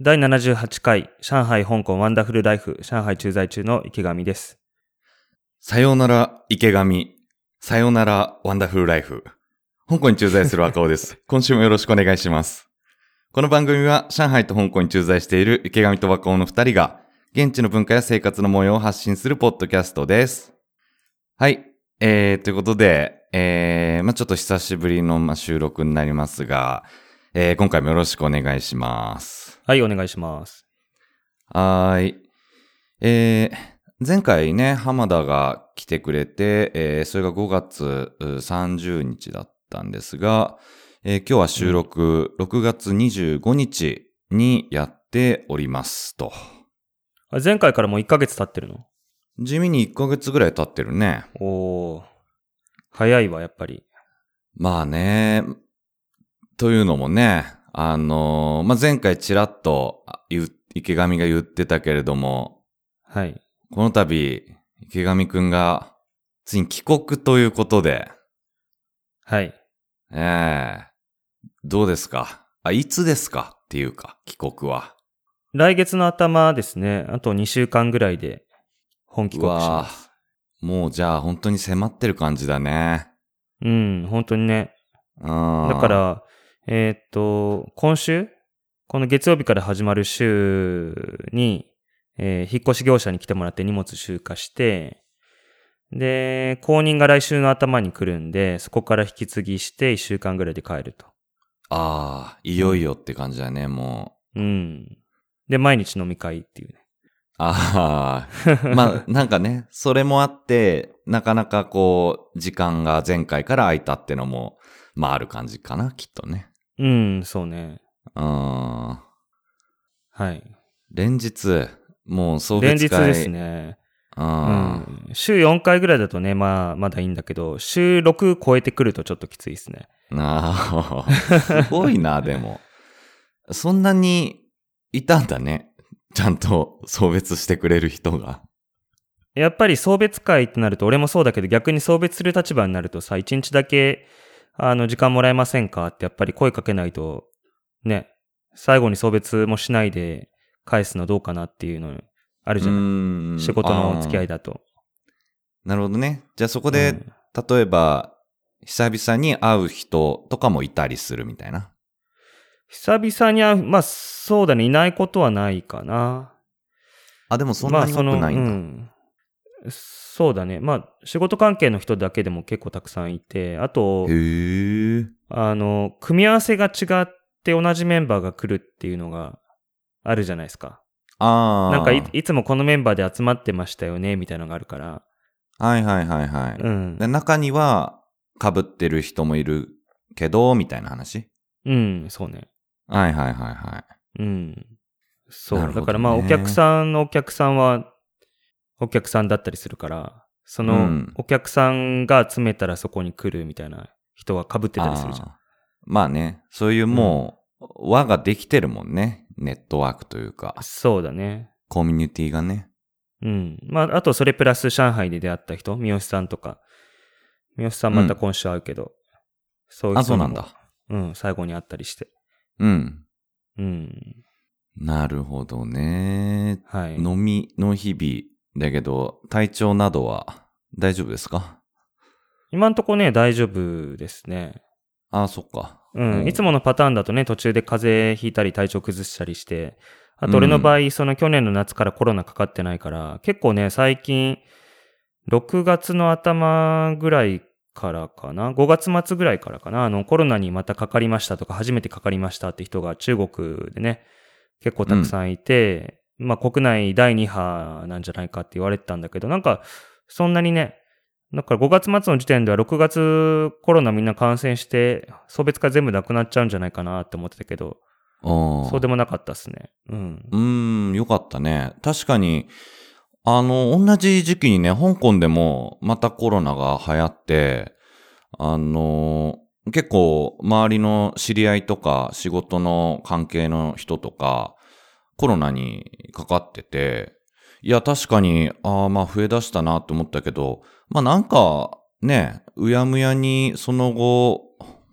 第78回上海香港ワンダフルライフ上海駐在中の池上です。さようなら、池上。さようなら、ワンダフルライフ。香港に駐在する赤尾です。今週もよろしくお願いします。この番組は、上海と香港に駐在している池上と若尾の二人が、現地の文化や生活の模様を発信するポッドキャストです。はい。えー、ということで、えー、まあちょっと久しぶりの、まあ、収録になりますが、えー、今回もよろしくお願いします。はい、お願いします。はーい。えー前回ね、浜田が来てくれて、えーそれが5月う30日だったんですが、えー今日は収録6月25日にやっておりますと。あ前回からもう1ヶ月経ってるの地味に1ヶ月ぐらい経ってるね。おー。早いわ、やっぱり。まあね、というのもね、あのーまあ、前回ちらっとあ言う池上が言ってたけれども、はい。この度、池上くんが、ついに帰国ということで、はい。ええどうですかあ、いつですかっていうか、帰国は。来月の頭ですね。あと2週間ぐらいで本帰帰国し国まはす。もうじゃあ本当に迫ってる感じだね。うん、本当にね。うん。だだか、ら、えーっと、今週この月曜日から始まる週に、えー引っ越し業者に来てもらって荷物集荷して、で、後任が来週の頭に来るんで、そこから引き継ぎして1週間ぐらいで帰ると。ああ、いよいよって感じだね、もう。うん。で、毎日飲み会っていうね。ああ、 まあなんかね、それもあって、なかなかこう、時間が前回から空いたってのも、まあある感じかな、きっとね。うん、そうね。うん。はい。連日、もう送連別日会。ですね。う。うんん。週4回ぐらいだとね、まあ、まだいいんだけど、週6超えてくるとちょっときついですね。ああ、すご いな、でも。そんなにいたんだね。ちゃんと送別してくれる人が。やっぱり送別会ってなると、俺もそうだけど、逆に送別する立場になるとさ、一日だけ、あの、時間もらえませんかってやっぱり声かけないと、ね、最後に送別もしないで返すのどうかなっていうのあるじゃない。ん仕事の付き合いだ。だと。なるほどね。じゃあそこうで、ん例えば、久々に会う人とかもいたりするみたいな。久々に会う、まあ、そうだね、いないことはないかな。あ、でもそんなに多くないんだ。んそうだね。まあ、仕事関係の人だけでも結構たくさんいて、あと、へえ。あの、組み合わせが違って同じメンバーが来るっていうのがあるじゃないですか。ああ。なんかい、いつもこのメンバーで集まってましたよね、みたいなのがあるから。はいはいはいはい。うんで。中には、被ってる人もいるけど、みたいな話。うん、そうね。はいはいはいはい。うん。そう。なるほどねだからまあ、お客さんのお客さんは、お客さんだったりするから、その、うんお客さんが集めたらそこに来るみたいな人は被ってたりするじゃんあー。まあね、そういうもう、輪ができてるもんね。ネットワークというか、そうだね。コミュニティがね。うん。まあ、あとそれプラス上海で出会った人、三好さんとか。三好さんまた今週会うけど。そういうあ、そ人うになもんだ。。うん、最後に会ったりして。うん。うん。なるほどね。はい。飲みの日々だけど、体調などは大丈夫ですか今んとこね、大丈夫ですね。あー、そっか。うん。いつも。ものパターンだとね、途中で風邪ひいたり体調崩したりして。あと俺の場合、その去年の夏からコロナかかってないから、結構ね、最近、6月の頭ぐらいからかな、5月末ぐらいからかな、あの、コロナにまたかかりましたとか、初めてかかりましたって人が中国でね、結構たくさんいて、まあ国内第2波なんじゃないかって言われてたんだけど、なんか、そんなにね、だから5月末の時点では6月コロナみんな感染して、送別会全部なくなっちゃうんじゃないかなって思ってたけど、ああ。そうでもなかったっすね。うん。うーん、よかったね。確かに、あの、同じ時期にね、香港でもまたコロナが流行って、あの、結構周りの知り合いとか仕事の関係の人とか、コロナにかかってて、いや、確かに、ああ、まあ増えだしたなと思ったけど、まあなんか、ね、うやむやにその後、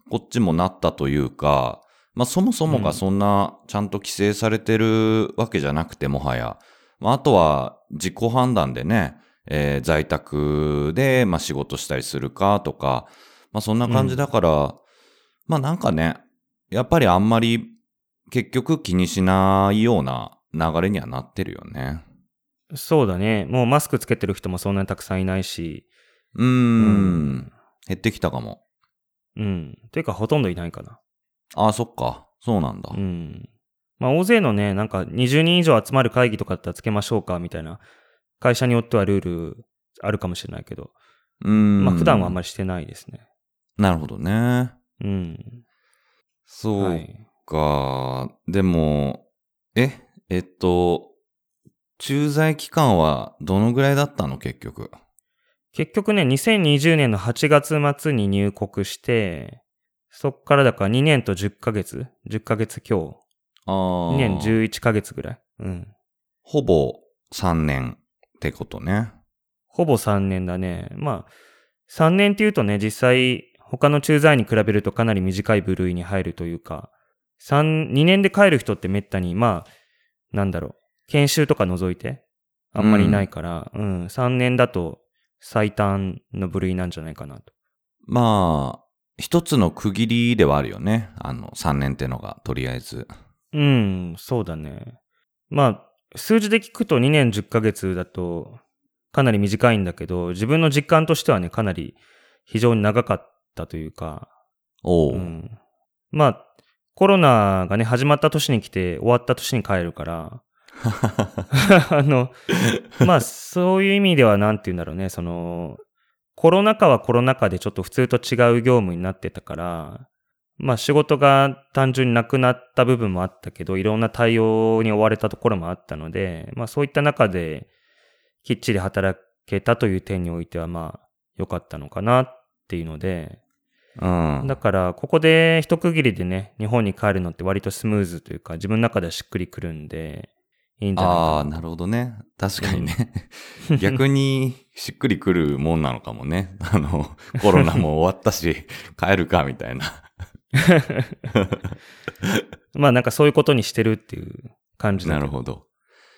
こっちもなったというか、まあ、そもそもうんがそんな、ちゃんと規制されてるわけじゃなくて、もはや。まあ、あとは、自己判断でね、えー在宅で、まあ、仕事したりするかとか、まあ、そんな感じだから、まあ、なんかね、やっぱりあんまり、結局気にしないような流れにはなってるよね。そうだね。もうマスクつけてる人もそんなにたくさんいないし、ううー。。ん減ってきたかも。うん。というか、ほとんどいないかな。ああ、そっか。そうなんだ。うん。まあ、大勢のね、なんか20人以上集まる会議とかだったらつけましょうか、みたいな。会社によってはルールあるかもしれないけど、うーん。まあ、普段はあんままりしてないですね。り。なるほどね。うん。そうはか。い。でも、え、えっと、駐在期間はどのぐらいだったの結局。結局ね、2020年の8月末に入国して、そっからだから2年と10ヶ月 ?10 ヶ月強。あ2ー年11ヶ月ぐらい。うん。ほぼ3年ってことね。ほぼ3年だね。まあ、3年っていうとね、実際、他の駐在に比べるとかなり短い部類に入るというか、三2年で帰る人ってめったに、まあ、なんだろう、研修とか除いて、あんまりいないから、うん、3年だと最短の部類なんじゃないかなと。まあ、一つの区切りではあるよね。あの、3年ってのが、とりあえず。うん、そうだね。まあ、数字で聞くと2年10ヶ月だとかなり短いんだけど、自分の実感としてはね、かなり非常に長かったというか、おう。うん、まあ、コロナがね、始まった年に来て終わった年に帰るから、あの、まあ、そういう意味ではなんて言うんだろうね、その、コロナ禍はコロナ禍でちょっと普通と違う業務になってたから、まあ仕事が単純になくなった部分もあったけど、いろんな対応に追われたところもあったので、まあそういった中できっちり働けたという点においてはまあ良かったのかなっていうので、うん。だから、ここで一区切りでね、日本に帰るのって割とスムーズというか、自分の中ではしっくりくるんで、いいんじゃないああかな。ー、なるほどね。確かにね。逆にしっくりくるもんなのかもね。あの、コロナも終わったし、 帰るか、みたいな。まあなんかそういうことにしてるっていう感じだなけるど。ほど。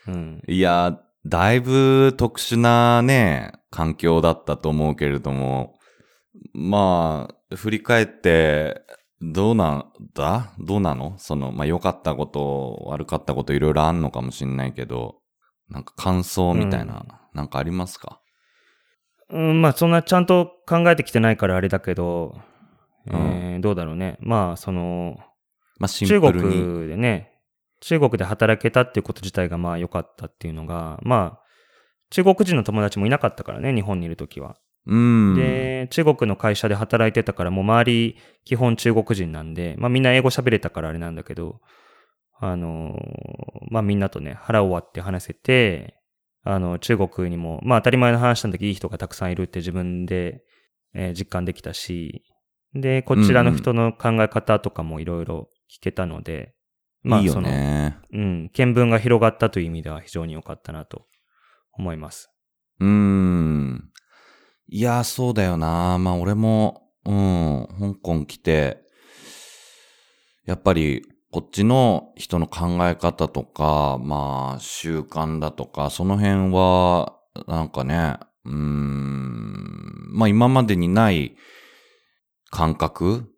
うん。いやー、だいぶ特殊なね、環境だったと思うけれども、まあ、振り返って、どうなんだどうなのその、まあ良かったこと、悪かったこといろいろあんのかもしんないけど、なんか感想みたいな、なんかありますかうん、まあそんなちゃんと考えてきてないからあれだけど、うんえーどうだろうね。まあその、まあシン中プルに。国でね、中国で働けたっていうこと自体がまあ良かったっていうのが、まあ、中国人の友達もいなかったからね、日本にいるときは。うん。で、中国の会社で働いてたから、もう周り、基本中国人なんで、まあみんな英語喋れたからあれなんだけど、あのー、まあみんなとね、腹を割って話せて、あの、中国にも、まあ当たり前の話なんだけど、いい人がたくさんいるって自分で、えー実感できたし、で、こちらの人の考え方とかもいろいろ聞けたので、まあいいそよの、ね。うん、見聞が広がったという意味では非常に良かったなと思います。うーん。いや、そうだよな。まあ、俺も、うん、香港来て、やっぱり、こっちの人の考え方とか、まあ、習慣だとか、その辺は、なんかね、うーん、まあ、今までにない感覚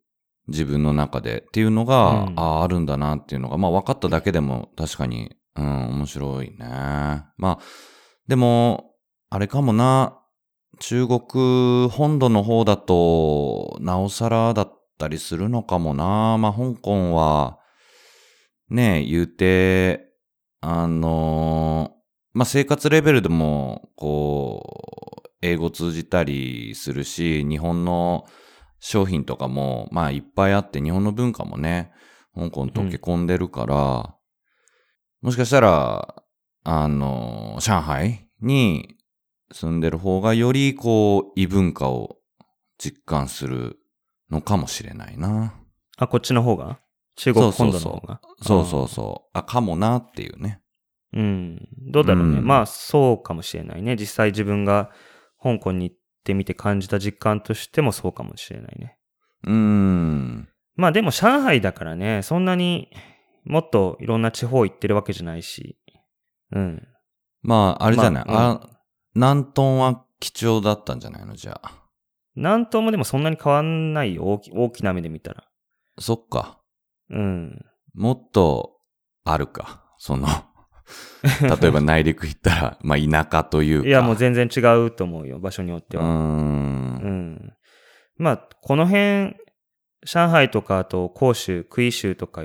自分の中でっていうのが、うんああ、あるんだなっていうのが、まあ、分かっただけでも確かに、うん、面白いね。まあ、でも、あれかもな、中国本土の方だと、なおさらだったりするのかもな。まあ、香港は、ねえ、言うて、あのーまあ、生活レベルでも、こう、英語通じたりするし、日本の商品とかも、まあ、いっぱいあって、日本の文化もね、香港溶け込んでるから、もしかしたら、あの、上海に住んでる方がよりこう、異文化を実感するのかもしれないな。あ、こっちの方が中国そ本う土そのうそ方うがそうそうそう。あ、かもなっていうね。うん。どうだろうね。うんまあ、そうかもしれないね。実際自分が香港に行ってみて感じた実感としてもそうかもしれないね。うーん。まあでも上海だからね、そんなにもっといろんな地方行ってるわけじゃないし。うん。まあ、あれじゃない、まああ、南東は貴重だったんじゃないのじゃあ。南東もでもそんなに変わんないよ。大き大きな目で見たら。そっか。うん。もっと、あるか。その、例えば内陸行ったら、まあ、田舎というか。いや、もう全然違うと思うよ。場所によってうー。は。うんん。まあ、この辺、上海とか、あと、広州、杭州とか、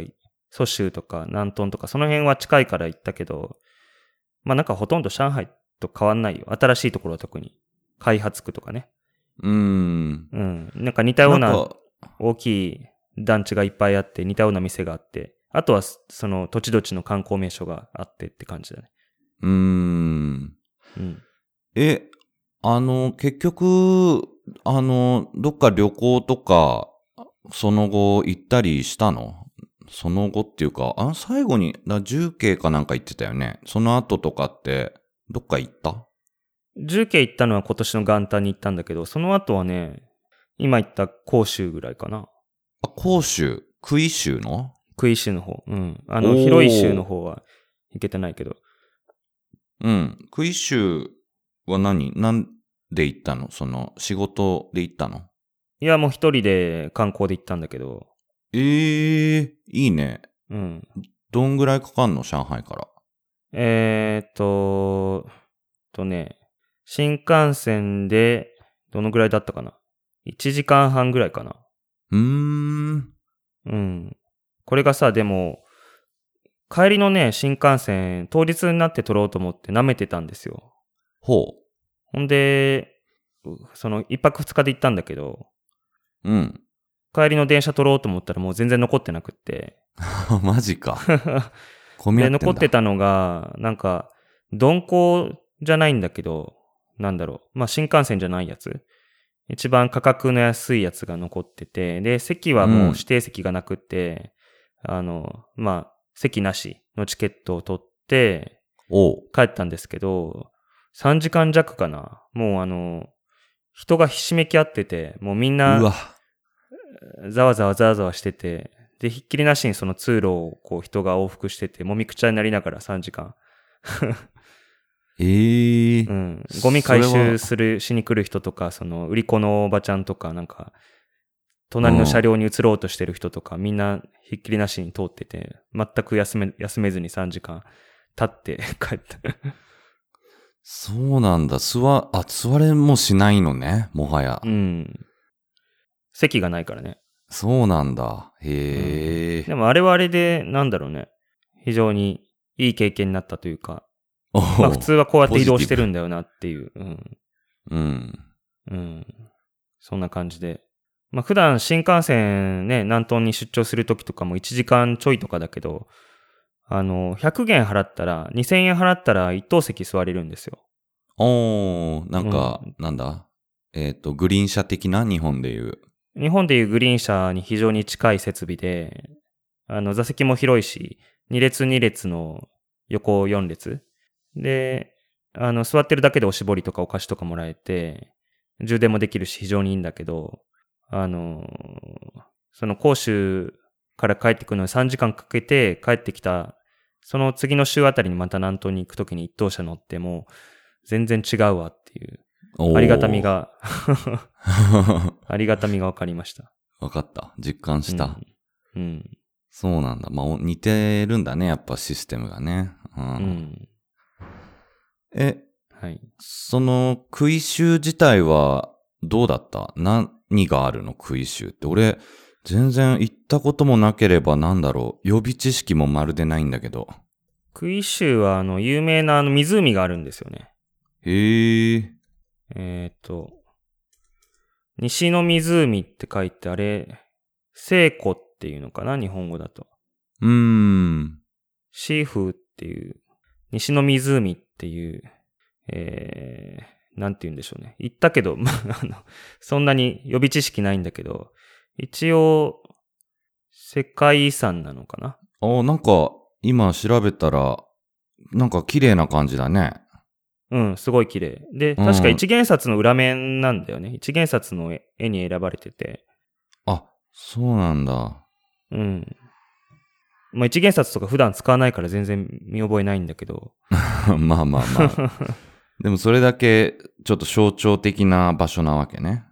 蘇州とか、南東とか、その辺は近いから行ったけど、まあなんかほとんど上海と変わんないよ。新しいところは特に。開発区とかね。うーん。うん。なんか似たようななんか大きい団地がいっぱいあって、似たような店があって、あとはそその土地土地の観光名所があってって感じだね。うーん。うん。え、あの、結局、あの、どっか旅行とか、その後行ったりしたのその後っていうか、あ最後に、だ重慶かなんか行ってたよね。その後とかって、どっか行った重慶行ったのは今年の元旦に行ったんだけど、その後はね、今言った広州ぐらいかな。あ、広州、杭州の杭州の方。うん。あおの、ー広い州の方は行けてないけど。うん。杭州は何なんで行ったのその、仕事で行ったのいや、もう一人で観光で行ったんだけど、ええいいね。うん。どんぐらいかかんの上海から。えーっと、とね、新幹線で、どのぐらいだったかな ?1 時間半ぐらいかな。うーん。うん。これがさ、でも、帰りのね、新幹線、当日になって撮ろうと思って舐めてたんですよ。ほほんで、うその、一泊二日で行ったんだけど、う。うん。帰りの電車撮ろうと思ったらもう全然残ってなくって。 マ ジか。混み合で、ってんだ残ってたのが、なんか、鈍行じゃないんだけど、なんだろう。まあ、新幹線じゃないやつ。一番価格の安いやつが残ってて、で、席はもう指定席がなくて、あの、まあ、席なしのチケットを取っておう。帰ったんですけど、3時間弱かな。もうあの、人がひしめき合ってて、もうみんうなわ。ざわざわざわざわしてて、で、ひっきりなしにその通路をこう人が往復してて、もみくちゃになりながら3時間。ええうん。ゴミ回それ収はする、しに来る人とか、その、売り子のおばちゃんとか、なんか、隣の車両に移ろうとしてる人とか、みんなひっきりなしに通ってて、全く休め、休めずに3時間経って 帰った。そうなんだ。座、あ、座れもしないのね。もはや。うん。席がないからね。そうなんだ。へえ、でもあれはあれで、なんだろうね。非常にいい経験になったというか、おうまあ普通はこうやって移動ポジテしてィブるんだよなっていう。うん。うん。うん。そんな感じで。まあ普段新幹線ね、南東に出張するときとかも1時間ちょいとかだけど、あの、100元払ったら、2000円払ったら1等席座れるんですよ。おー、なんか、うなんだえっ、と、グリーン車的な日本でいう。日本でいうグリーン車に非常に近い設備で、あの、座席も広いし、2列2列の横4列。で、あの、座ってるだけでおしぼりとかお菓子とかもらえて、充電もできるし非常にいいんだけど、あの、その甲州から帰ってくるのに3時間かけて帰ってきた、その次の週あたりにまた南東に行くときに一等車乗っても、全然違うわっていう、おーありがた み。が、わありがたみが分かりました。かった。実感した。うん。うん。そうなんだ。まあ、お似てるんだね。やっぱシステムがね。うん。うん。え、はい。その、杭州自体はどうだった何があるの杭州って。俺、全然行ったこともなければなんだろう。予備知識もまるでないんだけど。杭州は、あの、有名なあの湖があるんですよね。へえ。えっ、と、西の湖って書いて、あれ、聖湖っていうのかな、日本語だと。うーん。シーフーっていう、西の湖っていう、えー、なんて言うんでしょうね。行ったけど、まあ、あの、そんなに予備知識ないんだけど、一応、世界遺産なのかなあ、なんか、今調べたら、なんか綺麗な感じだね。うん、すごい綺麗。で、うん確か一元札の裏面なんだよね。一元札の絵に選ばれてて。あ、そうなんだ。 うん。まあ、一元札とか普段使わないから全然見覚えないんだけど。まあまあまあ。でもそれだけちょっと象徴的な場所なわけね。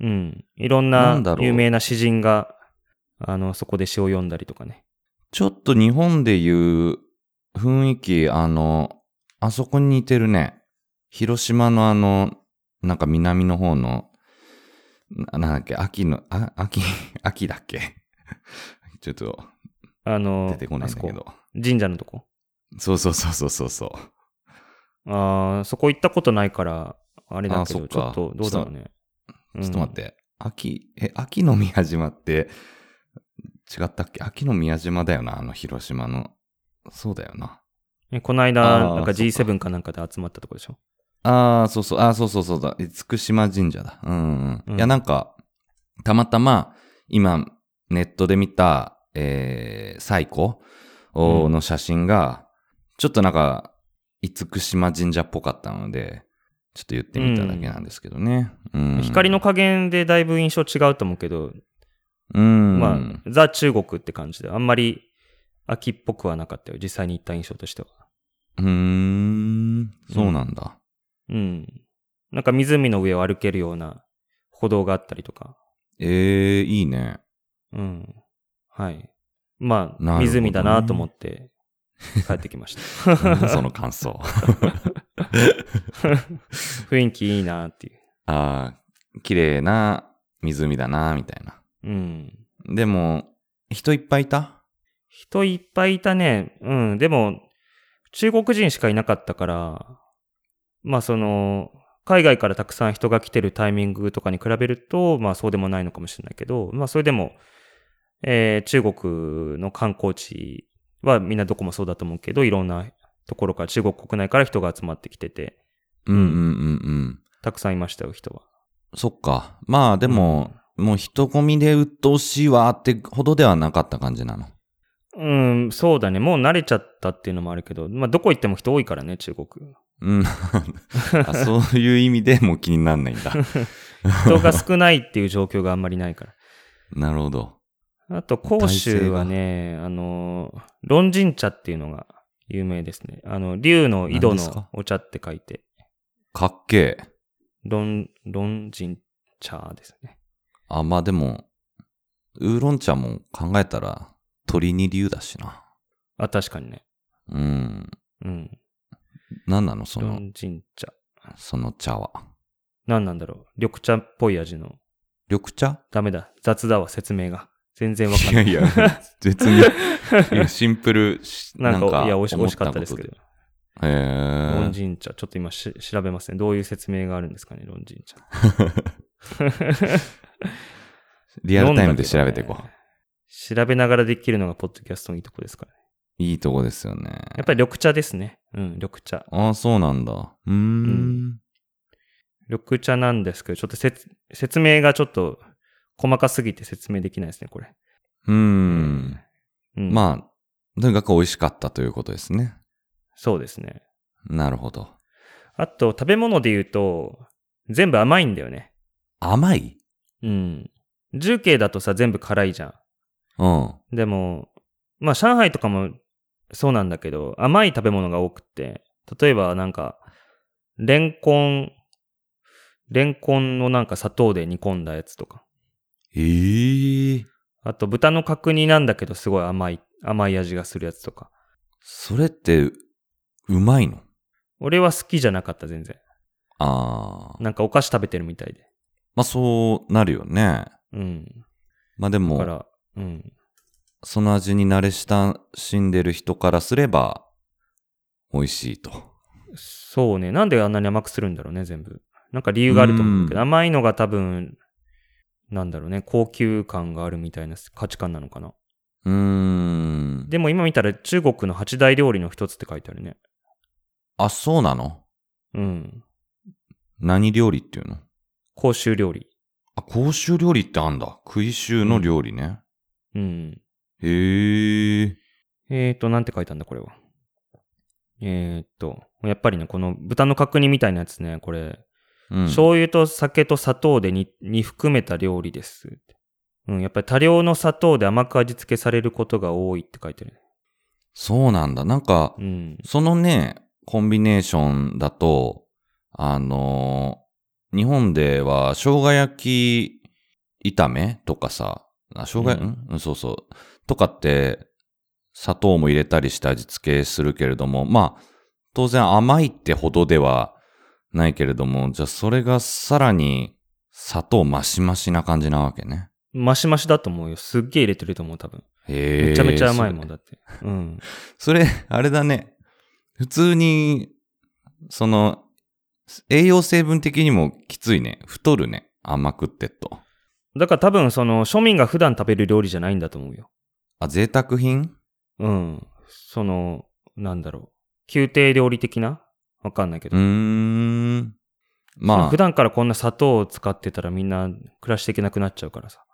うん。いろんななんだろう有名な詩人が、あの、そこで詩を読んだりとかね。ちょっと日本でいう雰囲気、あの、あそこに似てるね。広島のあの、なんか南の方の、ななんだっけ、秋の、あ、秋、 秋だっけ ちょっとあの、出てこないんだけあそこど。神社のとこ。そうそうそうそうそうそう。ああ、そこ行ったことないから、あれだけあそど、っちょかっとどうだろうね。ちょっと待っうん。て。秋、え、秋の宮島って、違ったっけ秋の宮島だよな、あの広島の。そうだよな。えこの間、あーなんかそっ G7 かなんかで集まったとこでしょ。ああ、そうそう、ああ、そうそうそうだ。厳島神社だ。うん、うん。うんいや、なんか、たまたま、今、ネットで見た、えー、最古うんの写真が、ちょっとなんか、厳島神社っぽかったので、ちょっと言ってみただけなんですけどね。うん。光の加減でだいぶ印象違うと思うけど、うん。まあ、ザ・中国って感じで、あんまり秋っぽくはなかったよ。実際に行った印象としては。うーん、そうなんだ。うん。なんか湖の上を歩けるような歩道があったりとか。ええいいね。うん。はい。まなるほどあ、ね湖だなと思って帰ってきました。何その感想。 雰囲気いいなっていう。ああ、綺麗な湖だな、みたいな。うん。でも、人いっぱいいた人いっぱいいたね。うん。でも、中国人しかいなかったから、まあその、海外からたくさん人が来てるタイミングとかに比べると、まあそうでもないのかもしれないけど、まあそれでも、えー中国の観光地はみんなどこもそうだと思うけど、いろんなところから中国国内から人が集まってきてて、うんうんうんうん。たくさんいましたよ、人は。そっか。まあでも、もう人混みで鬱陶しいわってほどではなかった感じなの。うん、そうだね。もう慣れちゃったっていうのもあるけど、まあどこ行っても人多いからね、中国。 うん。あそういう意味でもう気になんないんだ。 人が少ないっていう状況があんまりないから。なるほど。あと、甲州はね、あの、論人茶っていうのが有名ですね。あの、竜の井戸何ですかのお茶って書いて、かっけえ。論、論人茶ですね。あ、まあでも、ウーロン茶も考えたら鳥に竜だしな。あ、確かにね。うん。うん。何なのその、論人茶。その茶は。何なんだろう。緑茶っぽい味の。緑茶ダメだ。雑だわ、説明が。全然わかんいなやい。いや、別に、いやシンプルし、 なんか、いや、美思味し美味しかったですけどこ。とで。へ論ー人茶。ちょっと今し調べますね。どういう説明があるんですかね、論人茶。リアルタイムで調べていこ飲んだけどね調べながらできるのが、ポッドキャストのいいとこですから。う。いいとこですよね。やっぱり緑茶ですね。うん、緑茶。ああ、そうなんだ。うーん。緑茶なんですけど、ちょっとせつ説明がちょっと細かすぎて説明できないですね、これ。うーん。うん、あ。まあ、とにかく美味しかったということですね。そうですね。なるほど。あと、食べ物で言うと、全部甘いんだよね。甘いうん。重慶だとさ、全部辛いじゃうん。ん。でも、まあ、上海とかもそうなんだけど、甘い食べ物が多くって、例えばなんか、レンコン、レンコンのなんか砂糖で煮込んだやつとか。ええあと、豚の角煮なんだけど、すごい甘い、甘い味がするやつとか。それって、うまいの俺は好きじゃなかった、全然。ああ。なんかお菓子食べてるみたいで。まあ、そうなるよね。うん。まあでだかも、ら、うん。その味に慣れ親しんでる人からすれば、美味しいと。そうね。なんであんなに甘くするんだろうね、全部。なんか理由があると思うけうど、ん甘いのが多分、なんだろうね、高級感があるみたいな価値観なのかな。うーん。でも今見たら中国の八大料理の一つって書いてあるね。あ、そうなのうん。何料理っていうの公衆料理。あ、公衆料理ってあんだ。食い衆の料理ね。うん。へえ。えーと、なんて書いたんだ、これは。えーと、やっぱりね、この豚の角煮みたいなやつね、これ、うん、醤油と酒と砂糖でに煮含めた料理です。うん、やっぱり多量の砂糖で甘く味付けされることが多いって書いてるね。そうなんだ。なんか、うん。そのね、コンビネーションだと、あのー日本では生姜焼き炒めとかさ、あ生姜、うんん、うん、そうそう。とかって、砂糖も入れたりして味付けするけれども、まあ、当然甘いってほどではないけれども、じゃあそれがさらに砂糖マシマシな感じなわけね。マシマシだと思うよ。すっげえ入れてると思う、多分。へえ。めちゃめちゃ甘いもそんだれって。うん。それ、 あれだね。普通に、その、栄養成分的にもきついね。太るね。甘くってっと。だから多分、その、庶民が普段食べる料理じゃないんだと思うよ。あ、贅沢品うん。その、なんだろう。宮廷料理的なわかんないけうど。ーん。ま普あ、段からこんな砂糖を使ってたらみんな暮らしていけなくなっちゃうからさ。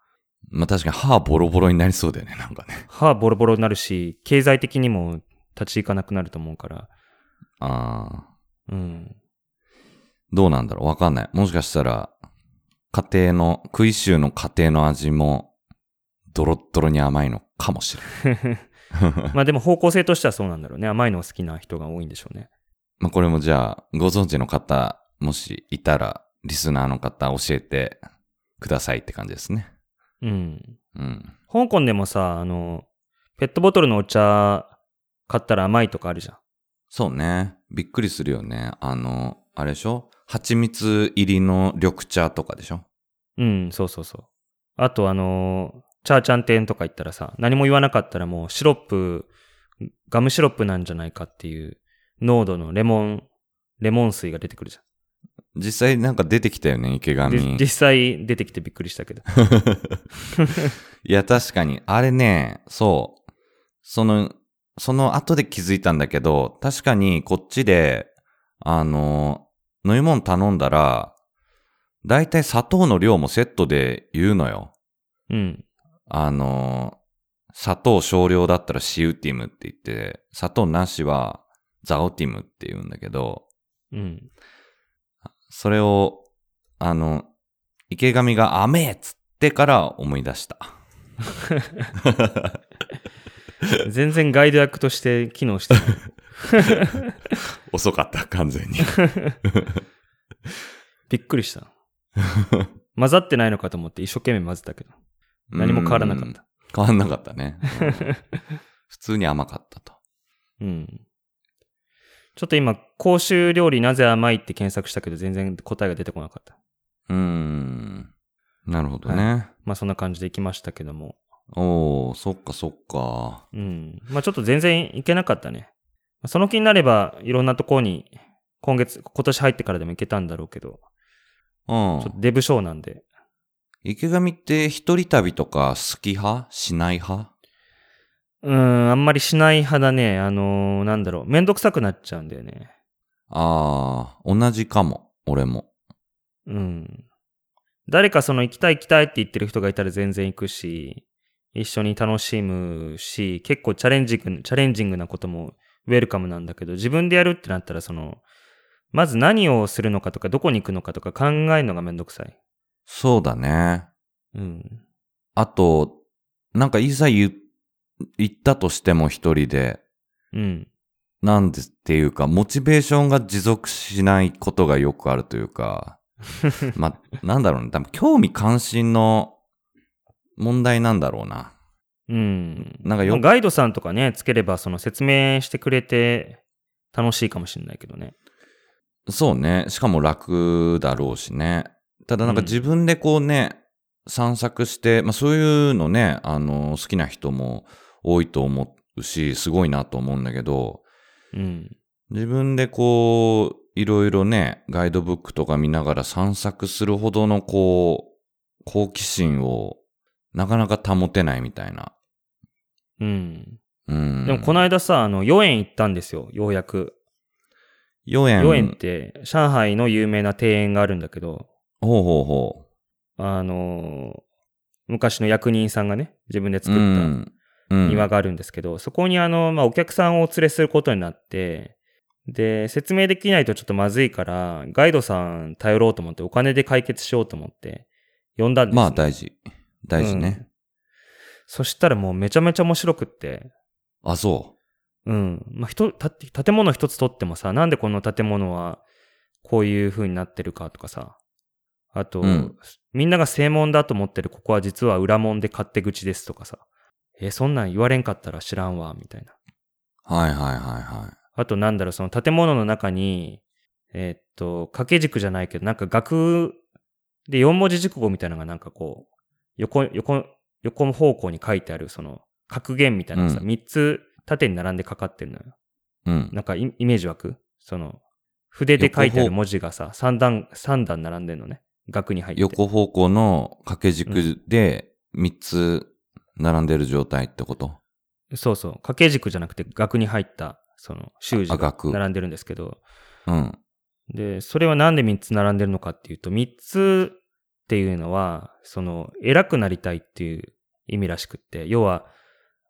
まあ確かに歯ボロボロになりそうだよね。なんかね。歯ボロボロになるし、経済的にも立ち行かなくなると思うから。ああ。 うん。どうなんだろうわかんない。もしかしたら、家庭の、食い臭の家庭の味も、ドロッドロに甘いのかもしれない。まあでも方向性としてはそうなんだろうね。甘いのを好きな人が多いんでしょうね。まあ、これもじゃあ、ご存知の方、もしいたら、リスナーの方、教えてくださいって感じですね。うん。うん。香港でもさ、あの、ペットボトルのお茶買ったら甘いとかあるじゃん。そうね。びっくりするよね。あの、あれでしょ蜂蜜入りの緑茶とかでしょうん、そうそうそう。あとあの、チャーチャン店とか行ったらさ、何も言わなかったらもうシロップ、ガムシロップなんじゃないかっていう濃度のレモン、レモン水が出てくるじ実際なんか出てきたよね、池ゃん。で上。実際出てきてびっくりした けど。いや、確かに。あれね、そう。その、その後で気づいたんだけど、確かにこっちで、あの、飲み物頼んだら、だいたい砂糖の量もセットで言うのよ。うん。あの、砂糖少量だったらシウティムって言って、砂糖なしはザオティムって言うんだけど、うん。それを、あの、池上が甘えっつってから思い出した。全然ガイド役として機能 してない。遅かった、完全に。びっくりした。混ざってないのかと思って一生懸命混ぜたけど。何も変わらなかうっん。た。変わんなかっ たね。うん普通に甘かったと。うん。ちょっと今、公衆料理なぜ甘いって検索したけど全然答えが出てこなかった。うーん。なるほどね。まあそんな感じでいきましたけども。おー、そっかそっか。うん。まあちょっと全然いけなかったね。その気になればいろんなところに今月、今年入ってからでもいけたんだろうけど、うちょっとん。デブショーなんで。池上って一人旅とか好き派しない派うん、あんまりしない派だね。あのーなんだろう。めんどくさくなっちゃうんだよね。あー、同じかも。俺も。うん。誰かその行きたい行きたいって言ってる人がいたら全然行くし、一緒に楽しむし、結構チャレンジング、チャレンジングなこともウェルカムなんだけど、自分でやるってなったらその、まず何をするのかとか、どこに行くのかとか考えるのがめんどくさい。そうだね。うん。あと、なんかいざ言う言ったとしても一人で、うん。なんでっていうか、モチベーションが持続しないことがよくあるというか、ま、なんだろうね。多分、興味関心の問題なんだろうな。うん。なんかよまあガイドさんとかね、つければその説明してくれて楽しいかもしれないけどね。そうね。しかも楽だろうしね。ただなんかうん自分でこうね、散策して、まあそういうのね、あの、好きな人も多いと思うし、すごいなと思うんだけど、うん。自分でこう、いろいろね、ガイドブックとか見ながら散策するほどのこう、好奇心をなかなか保てないみたいな。うん。うん。でもこの間さ、あの、4円行ったんですよ、ようやく。 4円。 4円って上海の有名な庭園があるんだけど、ほうほうほあのー昔の役人さんがね、自分でう。作っうたん。庭庭があるんですけど、そこにあの、まあ、お客さんをお連れすることになって、で、説明できないとちょっとまずいから、ガイドさん頼ろうと思って、お金で解決しようと思って、呼んだんです、まあ大事。大事ね。そしたらもうめちゃめちゃ面白くって。あ、そうん。まあ、人、た建物一つ取ってもさ、なんでこの建物はこういう風になってるかとかさ。あと、うんみんなが正門だと思ってるここは実は裏門で勝手口ですとかさ。え、そんなん言われんかったら知らんわ、みたいな。う。はいはいはいはあとなんだろう、その建物の中に、えーっと、掛け軸じゃないけど、なんか額で4文字熟語みたいなのがなんかこう、横、横、横方向に書いてある、その、格言みたいなのがさ、う3つ縦に並んでかかってるのよ。い。うん。なんかイイメージ湧くその、筆で書いてある文字がさ、3段、三段並んでんのね。額に入って。横方向の掛け軸で3つ並んでる状態ってこと、そうそう。掛け軸じゃなくて額に入った、その、習字あが額並んでるんですけど、うん。で、それはなんで3つ並んでるのかっていうと、3つっていうのは、その、偉くなりたいっていう意味らしくって、要は、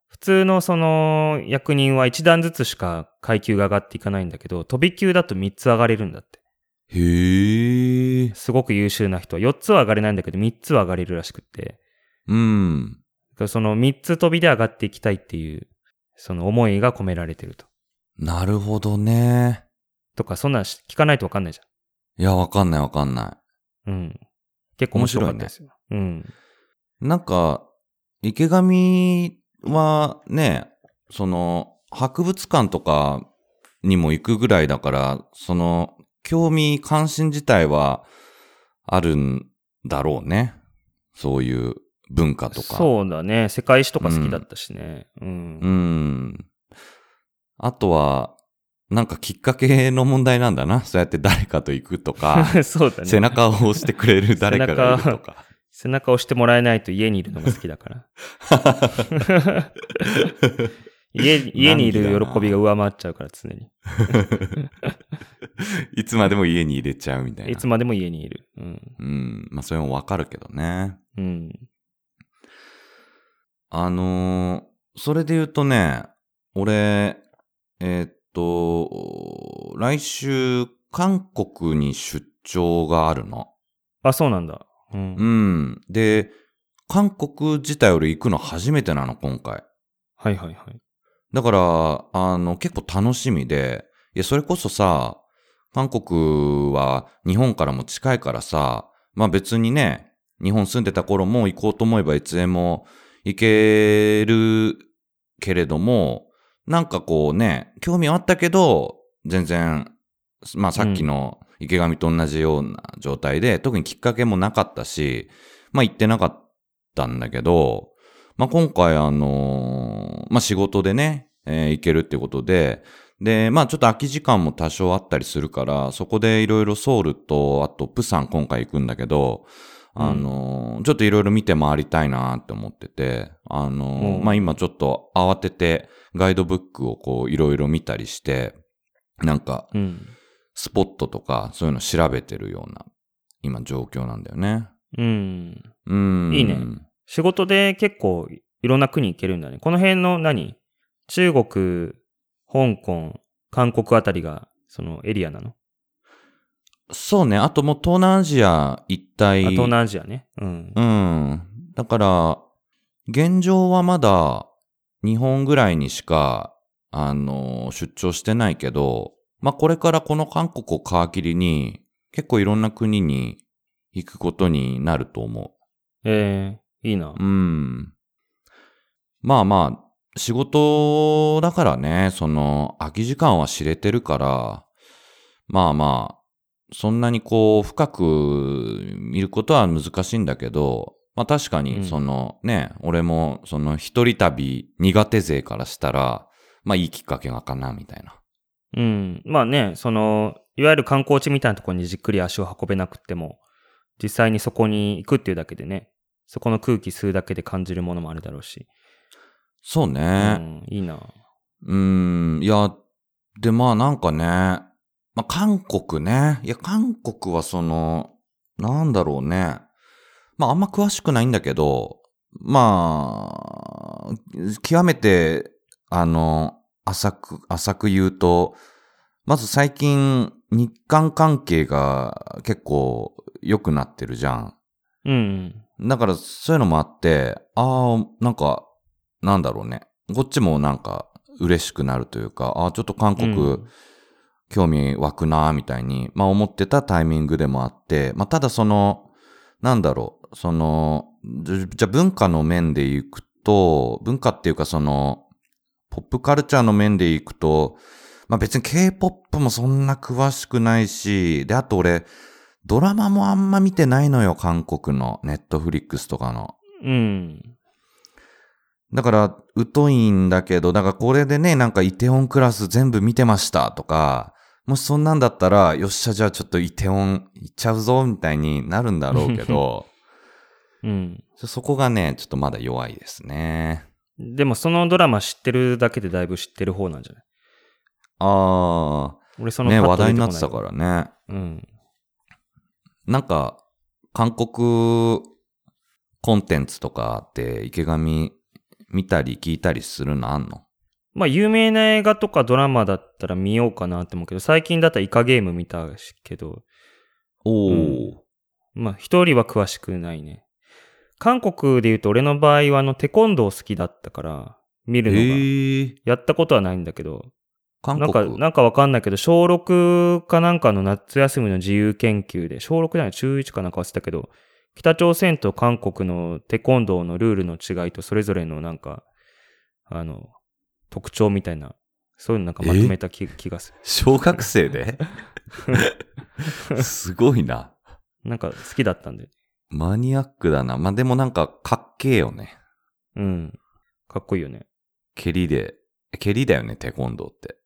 普通のその役人は1段ずつしか階級が上がっていかないんだけど、飛び級だと3つ上がれるんだって。へえ。すごく優秀な人は4つは上がれないんだけど、3つは上がれるらしくって。うん。だからその3つ飛びで上がっていきたいっていう、その思いが込められてると。なるほどね。とか、そんなんし聞かないとわかんないじいや、わかんないわかんなゃん。うん。結構面白かったですよ。うん。い。なんか、池上はね、その、博物館とかにも行くぐらいだから、その、興味関心自体はあるんだろうね。そういう文化とか。そうだね。世界史とか好きだったしね。うん。うん。あとは、なんかきっかけの問題なんだな。そうやって誰かと行く とか、そうだね。背中を押してくれる誰かがいるとか。背中を押してもらえないと家にいるのが好きだから。 家家にいる喜びが上回っちゃうから常に。 いつまでも家に入れちゃうみたいな。いつまでも家にいる。うん。うん。まあ、それもわかるけどね。うん。あのーそれで言うとね、俺、えーっと、来週、韓国に出張があるの。あ、そうなんだ。うん。うん。で、韓国自体俺行くの初めてなの、今回。はいはいはい。だから、あの、結構楽しみで、いや、それこそさ、韓国は日本からも近いからさ、まあ別にね、日本住んでた頃も行こうと思えばいつでも行けるけれども、なんかこうね、興味はあったけど、全然、まあさっきの池上と同じような状態で、特にきっかけもなかったし、まあ行ってなかったんだけど、まあ今回あのーまあ仕事でね、えー行けるってことで、で、まあちょっと空き時間も多少あったりするから、そこでいろいろソウルと、あとプサン今回行くんだけど、あのーちょっといろいろ見て回りたいなって思ってて、あのーうんまあ今ちょっと慌ててガイドブックをこういろいろ見たりして、なんかうん。スポットとかそういうの調べてるような今状況なんだよね。うん。うん。いいね仕事で結構いろんな国行けるんだね。この辺の何中国、香港、韓国あたりがそのエリアなのそうね。あともう東南アジア一あ帯。東南アジアね。うん。うん。だから、現状はまだ日本ぐらいにしか、あの、出張してないけど、まあ、これからこの韓国を皮切りに、結構いろんな国に行くことになると思ええいいなう。う。ん。まあまあ、仕事だからね、その、空き時間は知れてるから、まあまあ、そんなにこう、深く見ることは難しいんだけど、まあ確かうんに、その、ね、俺も、その、一人旅苦手勢からしたら、まあいいきっかけがかな、みたいな。うん。まあね、その、いわゆる観光地みたいなところにじっくり足を運べなくっても、実際にそこに行くっていうだけでね、そこの空気吸うだけで感じるものもあるだろうし。そううね。ん、いいな。うーん、いや、で、まあなんかね、まあ韓国ね、いや韓国はその、なんだろうね、まああんま詳しくないんだけど、まあ、極めて、あの、浅く、浅く言うと、まず最近、日韓関係が結構良くなってるじゃん。うん、だからそういうのもあって、ああ、なんか、なんだろうね。こっちもなんか嬉しくなるというか、ああ、ちょっと韓国、うん興味湧くなーみたいに、まあ思ってたタイミングでもあって、まあただその、なんだろう、その、じじゃあ文化の面でいくと、文化っていうかその、ポップカルチャーの面でいくと、まあ別に K-POP もそんな詳しくないし、で、あと俺、ドラマもあんま見てないのよ、韓国の、ネットフリックスとかの。うん。だから、疎いんだけど、だからこれでね、なんかイテオンクラス全部見てましたとか、もしそんなんだったら、よっしゃ、じゃあちょっとイテオン行っちゃうぞ、みたいになるんだろう けど、うん。ちょそこがね、ちょっとまだ弱いですね。でもそのドラマ知ってるだけでだいぶ知ってる方なんじゃないあ俺そあ、のね、パッ話と題出にこないってたからね。うん。なんか、韓国コンテンツとかって池上見たり聞いたりするのあんのまあ有名な映画とかドラマだったら見ようかなって思うけど、最近だったらイカゲーム見たしけど、おお、まあ一人は詳しくないね。韓国で言うと俺の場合はあのテコンドー好きだったから、見るのが。へえ。やったことはないんだけど、韓なん国か、なんかわかんないけど、小6かなんかの夏休みの自由研究で、小6じゃない、中1かなんか忘れたけど、北朝鮮と韓国のテコンドーのルールの違いとそれぞれのなんか、あの、特徴みたいな、そういうのなんかまとめた気気がす小学生ですごいな。る。なんか好きだったんで。マニアックだな。まあ、でもなんかかっけえよね。うん。かっこいいよね。蹴りで。蹴りだよね、テコンドーって。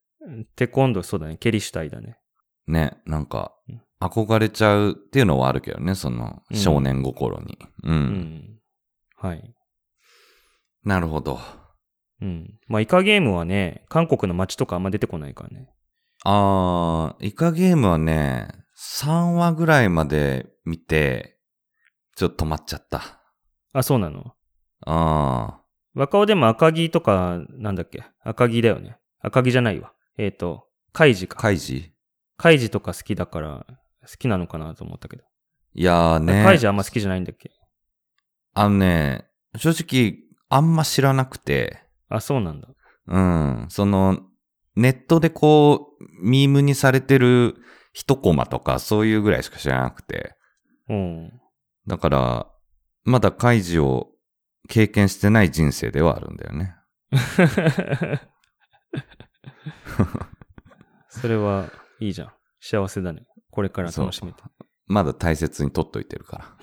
テコンドー、そうだね。蹴り主体だね。ね、なんかうん、憧れちゃうっていうのはあるけどね、その、少年心に。うん。うん。はい。なるほど。うん。まあ、イカゲームはね、韓国の街とかあんま出てこないからね。あー、イカゲームはね、3話ぐらいまで見て、ちょっと止まっちゃった。あ、そうなのあ若尾でも赤城とか、なんだっけ赤城だよね。赤城じゃないわ。えっ、と、カイジー、か。カイジカイジとか好きだから、好きなのかなと思ったけど。いやーね。カイジあんま好きじゃないんだっけあのね、正直、あんま知らなくて、あ、そうなんだ。うん、その、ネットでこう、ミームにされてる一コマとか、そういうぐらいしか知らなくて。 うん。だから、まだ開示を経験してない人生ではあるんだよね。それは、いいじゃん。幸せだね。これから楽しめて。まだ大切に取っといてるか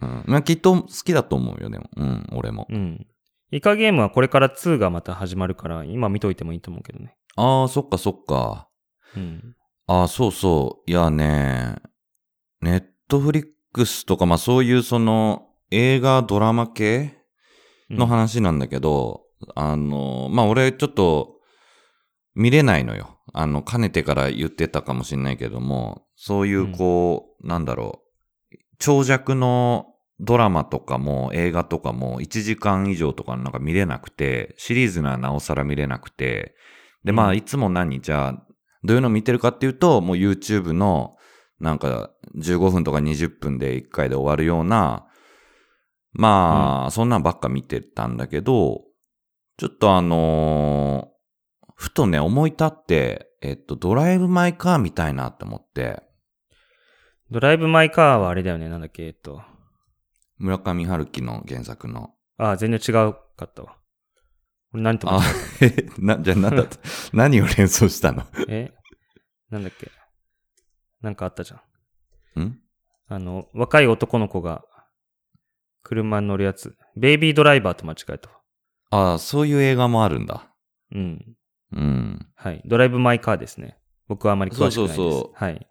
ら。うん、まあきっと好きだと思うよ、でも。うん、俺も。うん。イカゲームはこれから2がまた始まるから、今見といてもいいと思うけどね。ああ、そっかそっか。うん。あ、そうそう。いやね、ネットフリックスとか、まあそういうその映画、ドラマ系うんの話なんだけど、あの、まあ俺ちょっと見れないのよ。あの、かねてから言ってたかもしれないけども、そういうこう、なんだろう、長尺のドラマとかも映画とかも1時間以上とかなんか見れなくて、シリーズならなおさら見れなくて、で、まうあんいつも何じゃあ、どういうの見てるかっていうと、もう YouTube のなんか15分とか20分で1回で終わるような、まあ、そんなんばっか見てたんだけど、ちょっとあのーふとね、思い立って、えっと、ドライブ・マイ・カーみたいなって思って、ドライブ・マイ・カーはあれだよね。なんだっけえっと。村上春樹の原作の。 あ、全然違うかったわ。俺何と思っあ、え、な、じゃあ何だった、何を連想したのえなんだっけなんかあったじゃん。んあの、若い男の子が、車に乗るやつ。ベイビードライバーと間違えたわ。あそういう映画もあるんだ。うん。うん。はい。ドライブ・マイ・カーですね。僕はあまり詳しくないです。そうそうそうはい。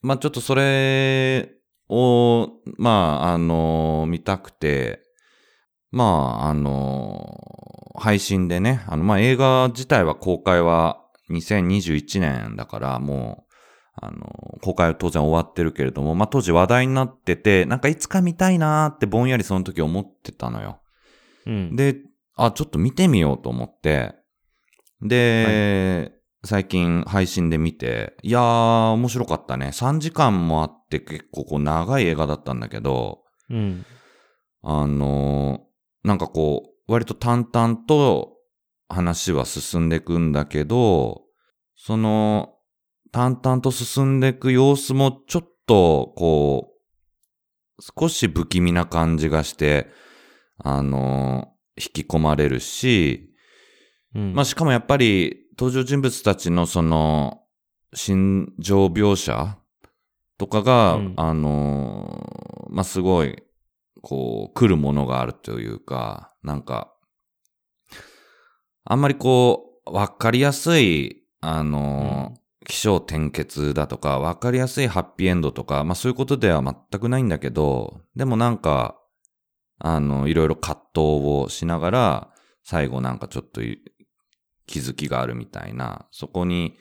まあちょっとそれを、まああの見たくて、まああの配信でね、あの、まあ映画自体は公開は2021年だから、もう、あの公開は当然終わってるけれども、まあ当時話題になってて、なんかいつか見たいなーってぼんやりその時思ってたのよ。うん。で、あ、ちょっと見てみようと思って、で、最近配信で見て、いやー、面白かったね。3時間もあって結構こう長い映画だったんだけど、うん。あのーなんかこう、割と淡々と話は進んでいくんだけど、その、淡々と進んでいく様子もちょっと、こう、少し不気味な感じがして、あのー引き込まれるし、うん。まあ、しかもやっぱり登場人物たちのその心情描写とかが、うんあのーまあ、すごい、こう、来るものがあるというか、なんか、あんまりこう、わかりやすい、あのーうん起承転結だとか、わかりやすいハッピーエンドとか、まあそういうことでは全くないんだけど、でもなんか、あの、いろいろ葛藤をしながら、最後なんかちょっとい気づきがあるみたいな、そこに、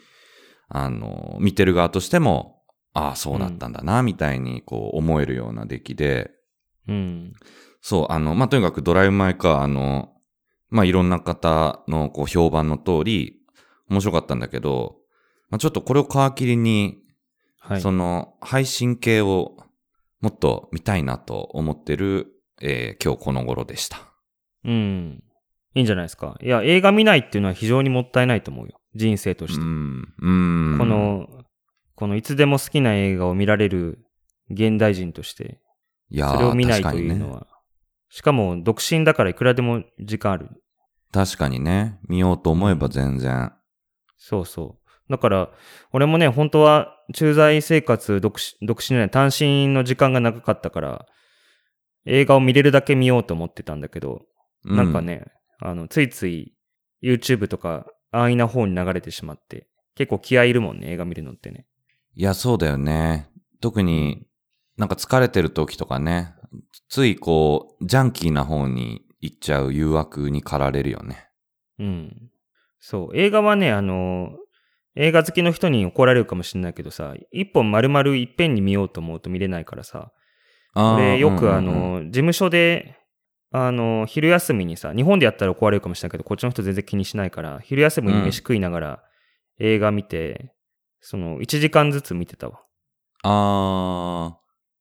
あの、見てる側としても、ああ、そうだったんだな、みたいにこう思えるような出来で、うん。そう、あの、まあ、とにかくドライブ・マイ・カー、あの、まあ、いろんな方のこう評判の通り、面白かったんだけど、まあ、ちょっとこれを皮切りに、はい。その配信系をもっと見たいなと思ってる、えー今日この頃でした。うん。いいんじゃないですか。いや、映画見ないっていうのは非常にもったいないと思うよ。人生とうして。ん。うん。こ、の、このいつでも好きな映画を見られる現代人として、いやーそれを見ないという確かにのね。は。しかも、独身だからいくらでも時間ある。確かにね。見ようと思えば全然。そうそう。だから、俺もね、本当は、駐在生活、独身、独身じゃない、単身の時間が長かったから、映画を見れるだけ見ようと思ってたんだけど、うなんか。ね、あの、ついつい YouTube とか安易な方に流れてしまって、結構気合いるもんね、映画見るのってね。いや、そうだよね。特になんか疲れてる時とかね。ついこう、ジャンキーな方に行っちゃう誘惑に駆られるよね。うん。そう。映画はね、あの、映画好きの人に怒られるかもしれないけどさ、一本丸々いっぺんに見ようと思うと見れないからさ、あー俺よくあ、うんうんうんの、事務所で、あの、昼休みにさ、日本でやったら怒られるかもしれないけど、こっちの人全然気にしないから、昼休みに飯食いながら映画見て、その、1時間ずつ見てたわ。あー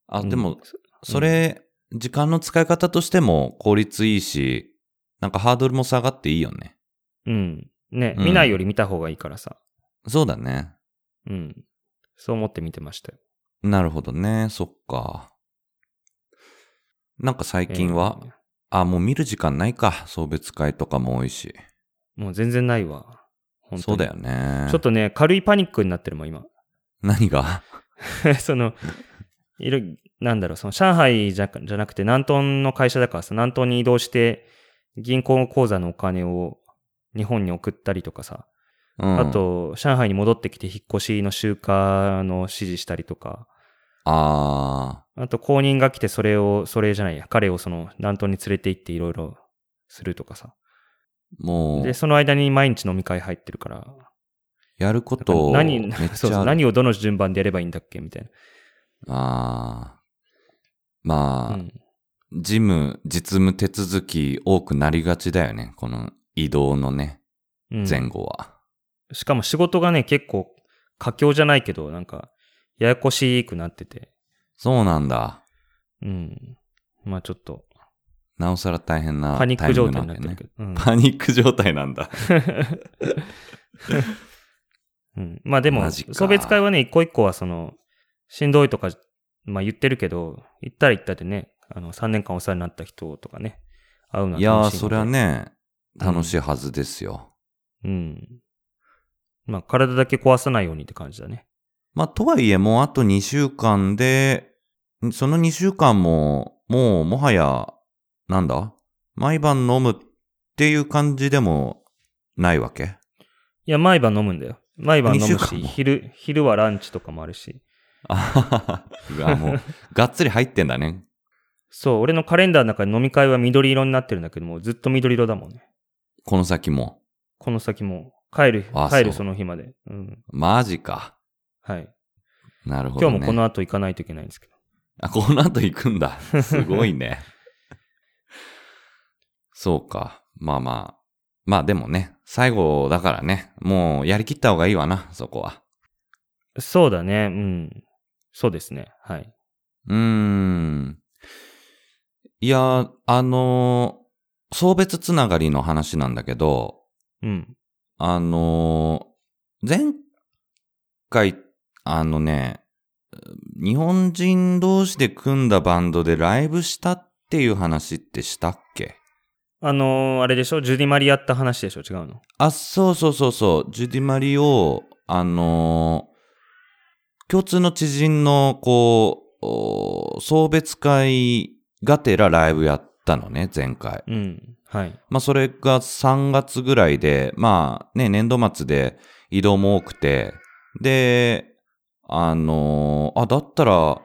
あ、うんでも、それ、時間の使い方としても効率いいし、なんかハードルも下がっていいよね。うん。ね、うん見ないより見た方がいいからさ。そうだね。うん。そう思って見てましたよ。なるほどね。そっか。なんか最近は、えーあ、もう見る時間ないか。送別会とかも多いし。もう全然ないわ。本当にそうだよね。ちょっとね、軽いパニックになってるもん、今。 何がその、いろ、なんだろう、その、上海じゃじゃなくて、南東の会社だからさ、南東に移動して、銀行口座のお金を日本に送ったりとかさ、うん あ、と、上海に戻ってきて引っ越しの集荷の指示したりとか、ああと、後任が来て、それを、それじゃないや、彼をその、南東に連れて行っていろいろするとかさ。ー、もうで、、その間に毎日飲み会入ってるから、やるこなんかと、何 めっちゃあるそうそう何をどの順番でやればいいんだっけみたいあーまな。あ、うん事務、実務手続き多くなりがちだよね。この移動のね、うん前後は。しかも仕事がね、結構、佳境じゃないけど、なんか、ややこしくなってて。そうなんだ。うん。まあちょっと、なおさら大変なパニック状態タイにミなっンてグるわけけど。ね。うんパニック状態なんだ。うん、まあでも、マジか送別会はね、一個一個はその、しんどいとか、まあ言ってるけど、行ったら行ったでね、あの、3年間お世話になった人とかね、会うのはいやー、楽しいのでそれは。ね、うん楽しいはずですよ。うん。まあ体だけ壊さないようにって感じだね。まあ、とはいえ、もうあと2週間で、その2週間も、もう、もはや、なんだ毎晩飲むっていう感じでもないわけいや、毎晩飲むんだよ。毎晩飲二む週間し、も昼、昼はランチとかもあるし。あははは うわ、もう、がっつり入ってんだね。そう、俺のカレンダーの中に飲み会は緑色になってるんだけども、ずっと緑色だもんね。この先も。この先も、帰る、あ帰るそうその日まで。うん。マジか。はい。なるほど、今ね。日もこの後行かないといけないんですけど。あ、この後行くんだ。すごいね。 そうか。まあまあ。まあでもね、最後だからね、もうやりきった方がいいわな、そこは。そうだね、うん。そうですね。はい。うーん。いやー、あのー送別つながりの話なんだけど、うん。あのー前回、あのね、日本人同士で組んだバンドでライブしたっていう話ってしたっけあのーあれでしょジュディ・マリやった話でしょ違うの。あ、そうそうそうそう、ジュディマリを、あのー共通の知人の、こうおー、送別会がてらライブやったのね、前回。うん。はい。まあ、それが3月ぐらいで、まあ、ね、年度末で移動も多くて、で、あのーあ、だったら、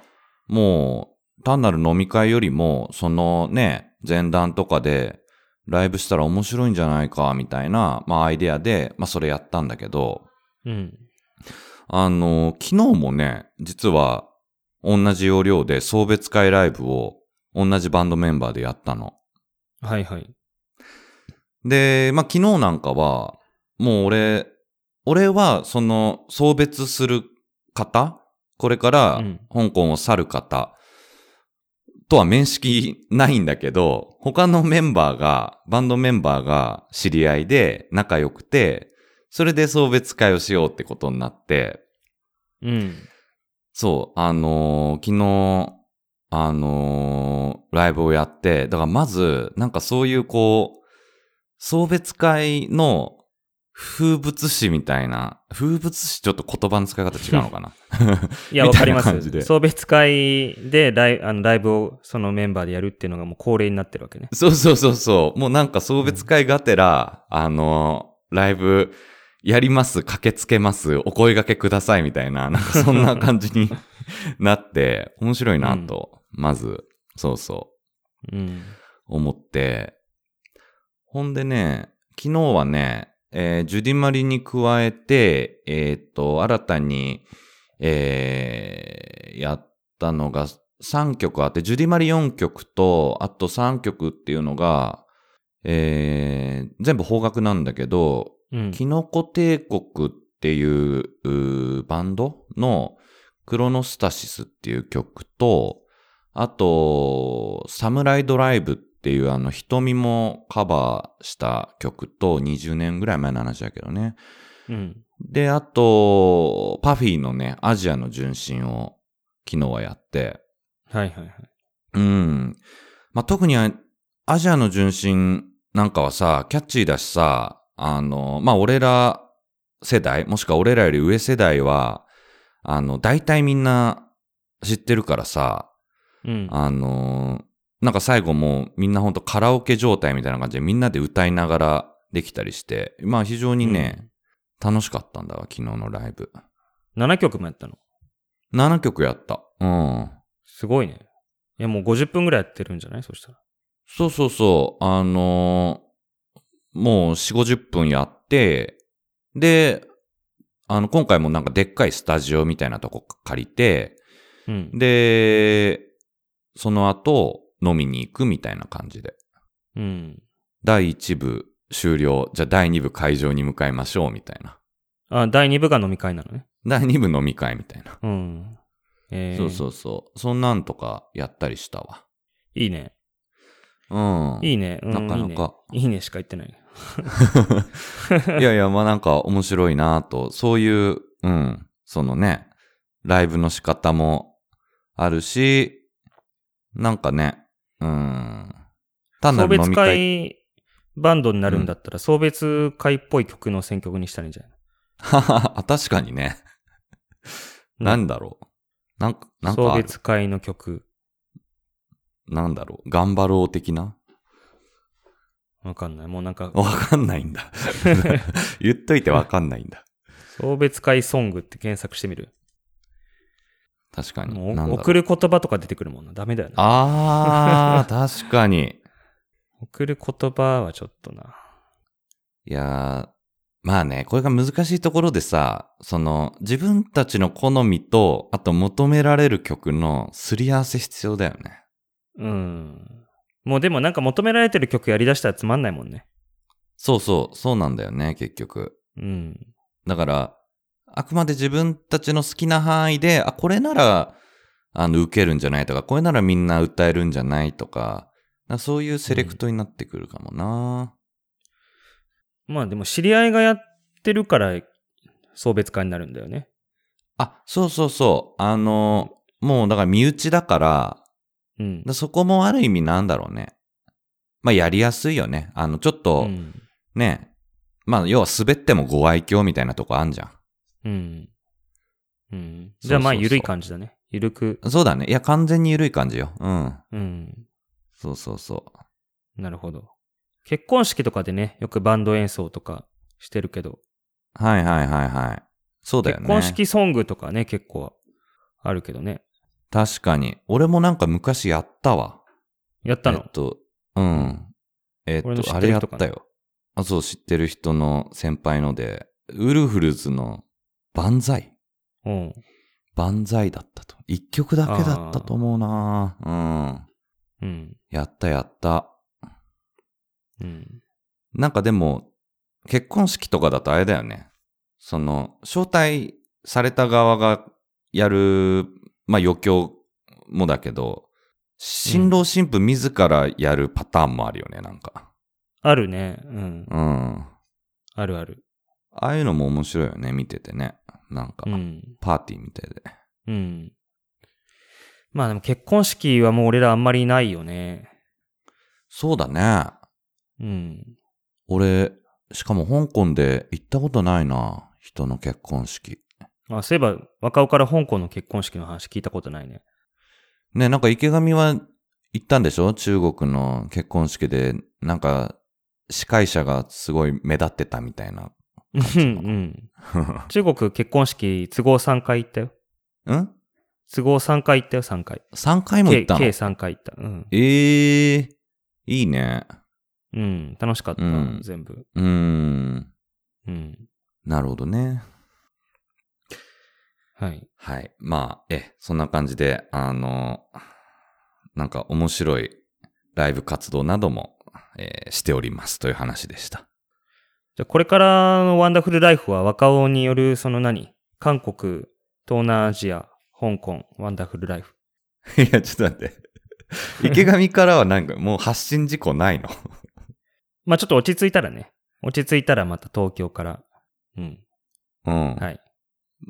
もう、単なる飲み会よりも、そのね、前段とかで、ライブしたら面白いんじゃないか、みたいな、まあ、アイデアで、まあ、それやったんだけど、うん。あのー昨日もね、実は、同じ要領で送別会ライブを、同じバンドメンバーでやったの。はいはい。で、まあ、昨日なんかは、もう俺、俺は、その、送別する方これからうん、香港を去る方、とは面識ないんだけど、他のメンバーが、バンドメンバーが知り合いで仲良くて、それで送別会をしようってことになって、うん。そう、あのー昨日、あのーライブをやって、だからまず、なんかそういうこう、送別会の風物詩みたいな、風物詩ちょっと言葉の使い方違うのかないや、みわたかいりなます感じで。送別会でライあのライブをそのメンバーでやるっていうのがもう恒例になってるわけね。そうそうそうそう。もうなんか送別会がてら、あのーライブやります、駆けつけます、お声掛けくださいみたいな、なんかそんな感じになって、面白いなと、まず、そうそう。うん。思って。ほんでね、昨日はね、えージュディマリに加えて、えーっと、新たに、えーやったのが3曲あって、ジュディマリ4曲と、あと3曲っていうのが、えー全部邦楽なんだけど、うん。キノコ帝国っていううーバンドのクロノスタシスっていう曲と、あと、サムライドライブっていうあの瞳もカバーした曲と20年ぐらい前の話だけどね。うん。で、あと、パフィーのね、アジアの純真を昨日はやって、はいはいはい。うん。まあ、特にあアジアの純真なんかはさ、キャッチーだしさ、あの、まあ、俺ら世代、もしくは俺らより上世代は、あの、大体みんな知ってるからさ、うん。あの、なんか最後もうみんなほんとカラオケ状態みたいな感じでみんなで歌いながらできたりして、まあ非常にね、楽しかったんだわ、昨日のライブ。 7曲もやったの。 7曲やった。うん。すごいね。いや、もう50分ぐらいやってるんじゃないそしたら。そうそうそう。あのーもう4、50分やって、で、あの、今回もなんかでっかいスタジオみたいなとこ借りて、うん。で、その後、飲みに行くみたいな感じで。うん。第1部終了。じゃあ第2部会場に向かいましょう、みたいな。あ、第2部が飲み会なのね。第2部飲み会みたいな。うん。えー、そうそうそう。そんなんとかやったりしたわ。いいね。うん。いいね。うん、なかなかいいね。いいねしか言ってない。 いやいや、まあなんか面白いなと、そういう、うん、そのね、ライブの仕方もあるし、なんかね、うん、単な送る飲別み会。会バンドになるんだったら、送別会っぽい曲の選曲にしたらいいんじゃないははは 確かにね。うんなんだろう。なんか、なんか送ある、別会の曲。なんだろう。頑張ろう的なわかんない。もうなんか、わかんない んだ。言っといてわかんないんだ。送別会ソングって検索してみる。確かに。もなんうだろ送うる言葉とか出てくるもんな。ダメだよな。あー、確かに。送る言葉はちょっとな。いやー、まあね、これが難しいところでさ、その、自分たちの好みと、あと求められる曲のすり合わせ必要だよね。うん。もうでもなんか求められてる曲やりだしたらつまんないもんね。そうそう、そうなんだよね、結局。うん。だから、あくまで自分たちの好きな範囲で、あ、これなら、あの、受けるんじゃないとか、これならみんな歌えるんじゃないとか、なそういうセレクトになってくるかもな。まあでも知り合いがやってるから送別会になるんだよね。あ、そうそうそう。あの、もうだから身内だから、うん。だそこもある意味なんだろうね。まあやりやすいよね。あの、ちょっとうんね、まあ要は滑ってもご愛嬌みたいなとこあんじゃうん。うん。じゃあまあそうそうそう緩い感じだね。緩く。ん。そうだね。いや、完全に緩い感じよ。うん。うん。そうそうそう。なるほど。結婚式とかでね、よくバンド演奏とかしてるけど、はいはいはいはい。そうだよ結ね。婚式ソングとかね、結構あるけどね。確かに。俺もなんか昔やったわ。やったの、えっと、うん。えっと、俺の知っあてれるやっ人かなたよ。あ、そう、知ってる人の先輩ので、ウルフルズの万歳。うん。万歳だったと。一曲だけだったと思うなうん。うん。やったやった。うん。なんかでも、結婚式とかだとあれだよね。その、招待された側がやる、まあ余興もだけど、新郎新婦自らやるパターンもあるよね、なんか。あるね。うん。うん。あるある。ああいうのも面白いよね、見ててね。なんかう、ん。パーティーみたいで。うん。まあでも結婚式はもう俺らあんまりないよね。そうだね。うん。俺、しかも香港で行ったことないな。人の結婚式。あそういえば、若尾から香港の結婚式の話聞いたことないね。ね、なんか池上は行ったんでしょ中国の結婚式で、なんか、司会者がすごい目立ってたみたいな。うん うん。中国結婚式都合3回行ったよ。うん都合3回行ったよ、3回。 ?3 回も行計ったの計え3回行った。うん。ー、いいね。うん。楽しかった、うん全部。うーん。うん。なるほどね。はい。はい。まあ、え、そんな感じで、あの、なんか面白いライブ活動なども、えーしておりますという話でした。 じゃあこれからのワンダフルライフは若尾による、その何韓国、東南アジア、香港、ワンダフルライフ。いや、ちょっと待って。池上からはなんかもう発信事項ないの。まあちょっと落ち着いたらね。落ち着いたらまた東京から。うん。うん。はい。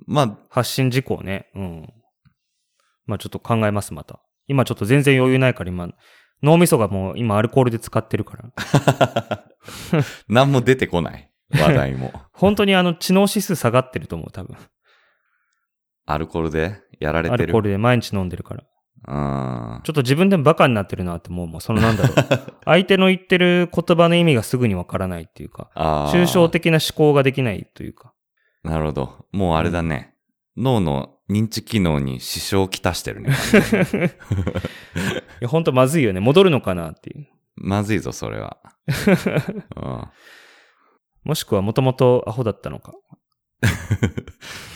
まあ、発信事項ね。うん。まあちょっと考えます、また。今ちょっと全然余裕ないから、今、脳みそがもう今アルコールで使ってるから。何も出てこない。話 題も。本当にあの、知能指数下がってると思う、多分。アルコールでやられアてルコーる。ルで毎日飲んでるから。うんちょっと自分でもバカになってるなって思うもん。そのなんだろ う。相手の言ってる言葉の意味がすぐにわからないっていうか、あー抽象的な思考ができないというか。なるほど。もうあれだね。脳の認知機能に支障をきたし てるね。いや、ほんとまずいよね。戻るのかなっていう。まずいぞ、それ は。うんもしくはもともとアホだったのか。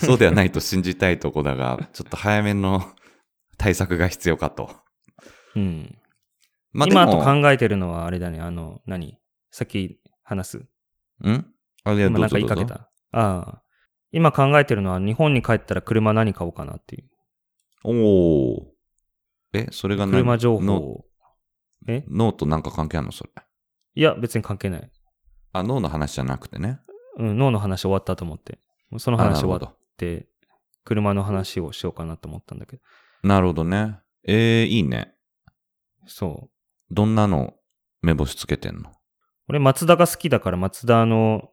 そうではないと信じたいとこだが、ちょっと早めの対策が必要かと。うん。まあ、で今あとも、考えてるのはあれだね。あの、何さっき話す。んあれ今なんか言いかけ。どうぞどうぞた。ああ。今考えてるのは日本に帰ったら車何買おうかなっていう。おお。え、それが何車情報ノを。え脳となんか関係あるのそれ。いや、別に関係ない。あ、脳の話じゃなくてね。うん、脳の話終わったと思って。そのあ話なる終わほっど。って、車の話をしようかなと思ったんだけど。なるほどね。えー、いいね。そう。どんなの目星つけてんの俺、マツダが好きだから、マツダの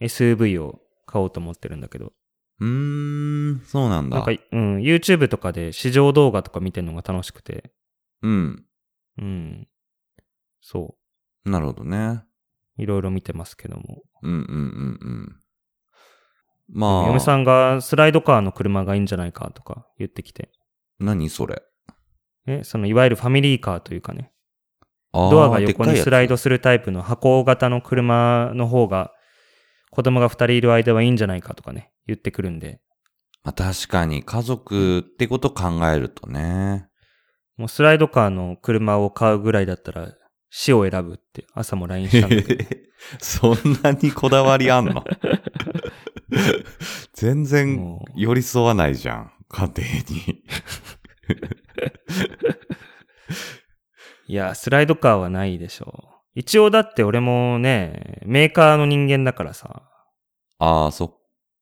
SUV を買おうと思ってるんだけど。うーん、そうなんだ。なんか、うん、YouTube とかで試乗動画とか見てるのが楽しくて。うん。うん。そなるほどね。う。いろいろ見てますけども。うんうんうんうん。まあ、嫁さんがスライドカーの車がいいんじゃないかとか言ってきて。何それえ、その、いわゆるファミリーカーというかね。あードアが横でっかいにやつスライドするタイプの箱型の車の方が、子供が2人いる間はいいんじゃないかとかね、言ってくるんで。まあ、確かに家族ってこと考えるとね。もうスライドカーの車を買うぐらいだったら、死を選ぶって朝も LINE したんだけど。 そんなにこだわりあん の全 然もう寄り添わないじゃん。家庭に。いや、スライドカーはないでしょう。一応だって俺もね、メーカーの人間だからさ。ああ、そっ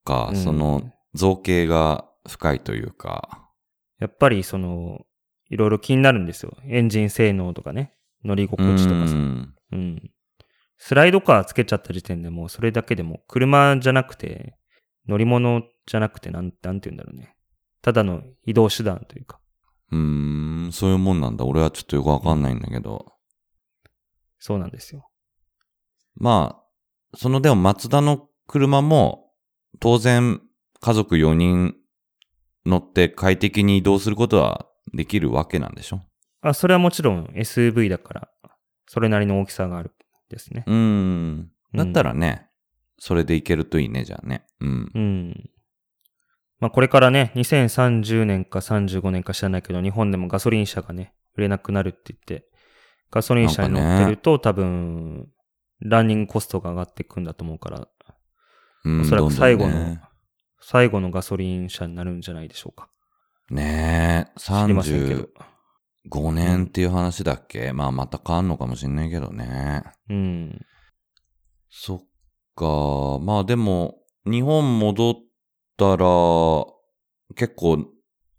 か、うんその造形が深いというか。やっぱりその、いろいろ気になるんですよ。エンジン性能とかね。乗り心地とかさ。うんうん。スライドカーつけちゃった時点でもうそれだけでも車じゃなくて、乗り物じゃなくてなん、なんて言うんだろうね。ただの移動手段というか。うーん、そういうもんなんだ。俺はちょっとよくわかんないんだけど。そうなんですよ。まあ、そのでもマツダの車も、当然家族4人乗って快適に移動することはできるわけなんでしょあ、それはもちろん SUV だから、それなりの大きさがあるんですね。うーん。だったらね、それでいけるといいね、じゃあね。うん。うん。まあこれからね、2030年か35年か知らないけど、日本でもガソリン車がね、売れなくなるって言って、ガソリン車に乗ってると、多分、ランニングコストが上がっていくんだと思うから、うんおそらく最後どんどんのね、最後のガソリン車になるんじゃないでしょうか。ねえ、知りませんけど35。年っていう話だっけ、まあまた変わんのかもしんないけどね。うん。そっか。まあでも、日本戻ったら、結構、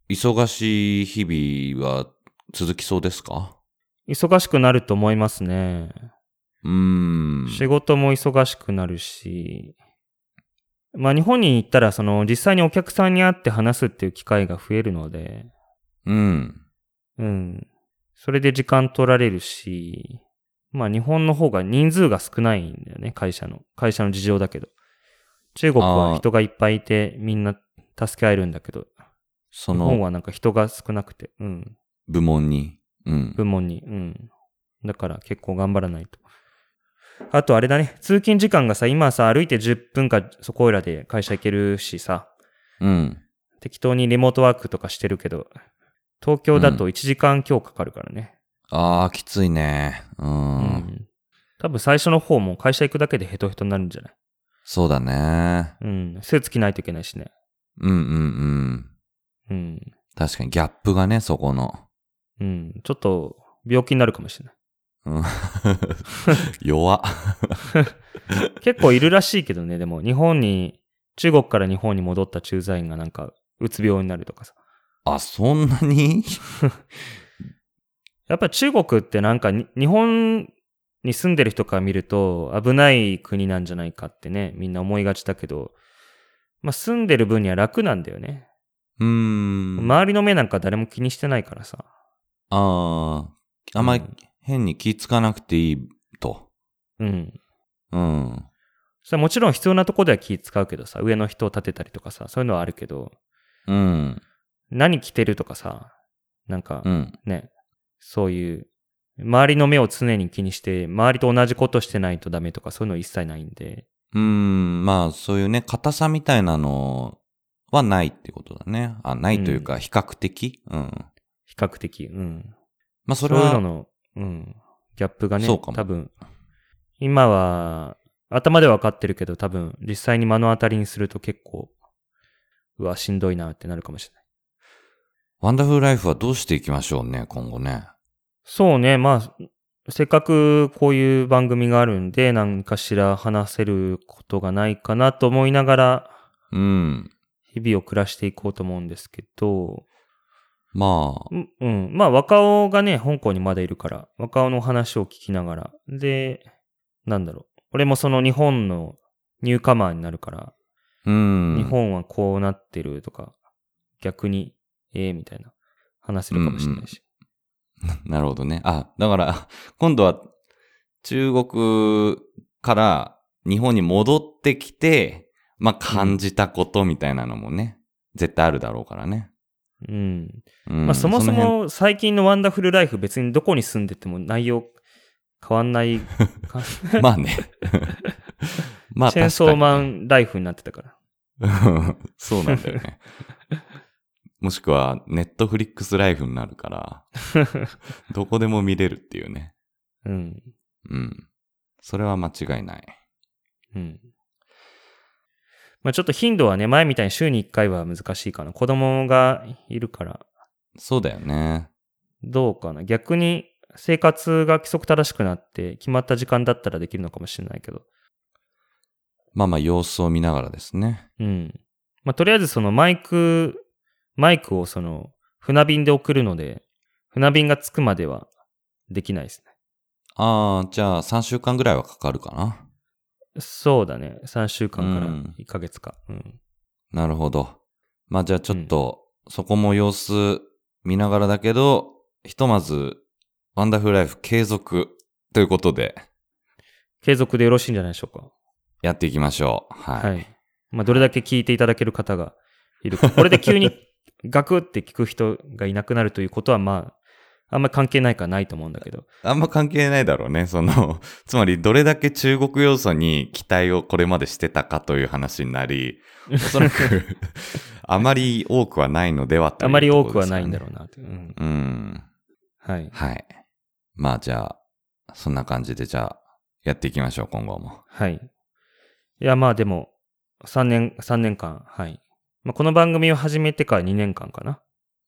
忙しい日々は続きそうですか忙しくなると思いますね。うーん。仕事も忙しくなるし、まあ日本に行ったら、その実際にお客さんに会って話すっていう機会が増えるので、うん。うん。それで時間取られるし、まあ日本の方が人数が少ないんだよね、会社の。会社の事情だけど。中国あーは人がいっぱいいてみんな助け合えるんだけど、そ日本のはなんか人が少なくて、うん。部門に。うん。部門に、うん。だから結構頑張らないと。あとあれだね、通勤時間がさ、今さ、歩いて10分かそこいらで会社行けるしさ、うん。適当にリモートワークとかしてるけど、東京だと1時間強かかるからね。ああ、きついね。うん。うん多分最初の方も会社行くだけでヘトヘトになるんじゃないそうだね。うん。スーツ着ないといけないしね。うんうんうん。うん。確かにギャップがね、そこの。うん。ちょっと病気になるかもしれない。うん 弱。結構いるらしいけどね、でも日本に、中国から日本に戻った駐在員がなんか、うつ病になるとかさ。あ、そんなに やっぱり中国ってなんかに日本に住んでる人から見ると危ない国なんじゃないかってね、みんな思いがちだけど、まあ住んでる分には楽なんだよね。うーん。周りの目なんか誰も気にしてないからさ。ああ、あんまりうん変に気つかなくていいと。うん。うん。それはもちろん必要なとこでは気使うけどさ、上の人を立てたりとかさ、そういうのはあるけど、うん。何着てるとかさ、なんかうん。ね、そういう、周りの目を常に気にして、周りと同じことしてないとダメとか、そういうの一切ないんで、うん。まあ、そういうね、硬さみたいなのはないってことだね。あ、ないというか、比較的。うん。比較的、うん。まあ、そそれういうのは、の、うん、ギャップがね、そうかも多分、今は、頭では分かってるけど、多分、実際に目の当たりにすると結構、うわ、しんどいなってなるかもしれない。ワンダフルライフはどうしていきましょうね、今後ね。そうね、まあ、せっかくこういう番組があるんで、何かしら話せることがないかなと思いながら、うん。日々を暮らしていこうと思うんですけど、まあ、うん、うんまあ、若尾がね、香港にまだいるから、若尾の話を聞きながら、で、なんだろう、俺もその日本のニューカマーになるから、うん。日本はこうなってるとか、逆に、ええみたいな、話せるかもしれないし。なるほどね。あ、だから、 今度は、中国から日本に戻ってきて、まあ、感じたことみたいなのもね、絶対あるだろうからね。うんうんまあ、そもその辺も最近のワンダフルライフ別にどこに住んでても内容変わんないか まあね。 まあ、チェーンソーン。マンライフになってたから。 そうなんだよね。もしくは、ネットフリックスライフになる から、どこでも見れるっていうね。うん。うん。それは間違いない。うん。まあちょっと頻度はね、前みたいに週に1回は難しいかな。子供がいるから、そうだよね。どうかな。逆に生活が規則正しくなって、決まった時間だったらできるのかもしれないけど。まあまあ様子を見ながらですね。うん。まあ、とりあえずそのマイク、マイクをその、船便で送るので、船便が着くまではできないですね。ああ、じゃあ3週間ぐらいはかかるかな。そうだね。3週間からうん1ヶ月か。うん。なるほど。まあじゃあちょっと、そこも様子見ながらだけど、ひとまず、ワンダフルライフ継続ということで、継続でよろしいんじゃないでしょうか。やっていきましょう。はい。はい。まあ、どれだけ聞いていただける方がい るか。これで急にガクって聞く人がいなくなるということは、まあ、あんまり関係ないかないと思うんだけ ど。あんま関係ないだろうね。その、 つまりどれだけ中国要素に期待をこれまでしてたかという話になり、おそらく、 あまり多くはないのではというあまり多くはないんだろううなという。うんところですかね。うん。はい。はい。まあじゃあ、そんな感じでじゃあ、やっていきましょう、今後も。はい。いや、まあでも、3年、三年間、はい。まあ、この番組を始めてから2年間かな。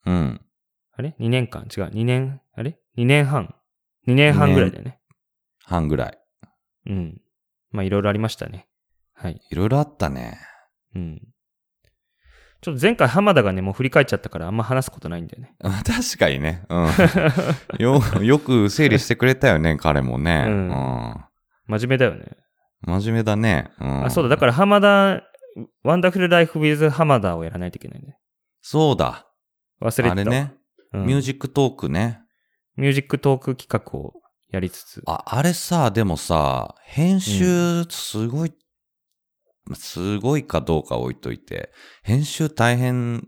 うん。あれ ?2 年間違う。2年、あれ ?2 年半。2年半ぐらいだよね。半ぐらい。うん。まあ、いろいろありましたね。はい。いろいろあったね。うん。ちょっと前回浜田がね、もう振り返っちゃったからあんま話すことないんだよね。まあ 確かにね。 うん。よ、よく整理してくれたよね、彼もね。ううんん。真面目だよね。真面目だね。うん。あ、そうだ。だから浜田、ワンダフルライフウィズ浜田をやらないといけないね。そうだ。忘れあてたわ。れね、うんミュージックトークね。ミュージックトーク企画をやりつつ。あ、あれさ、でもさ、編集、すごい、まあすごいかどうか置いといて、編集大変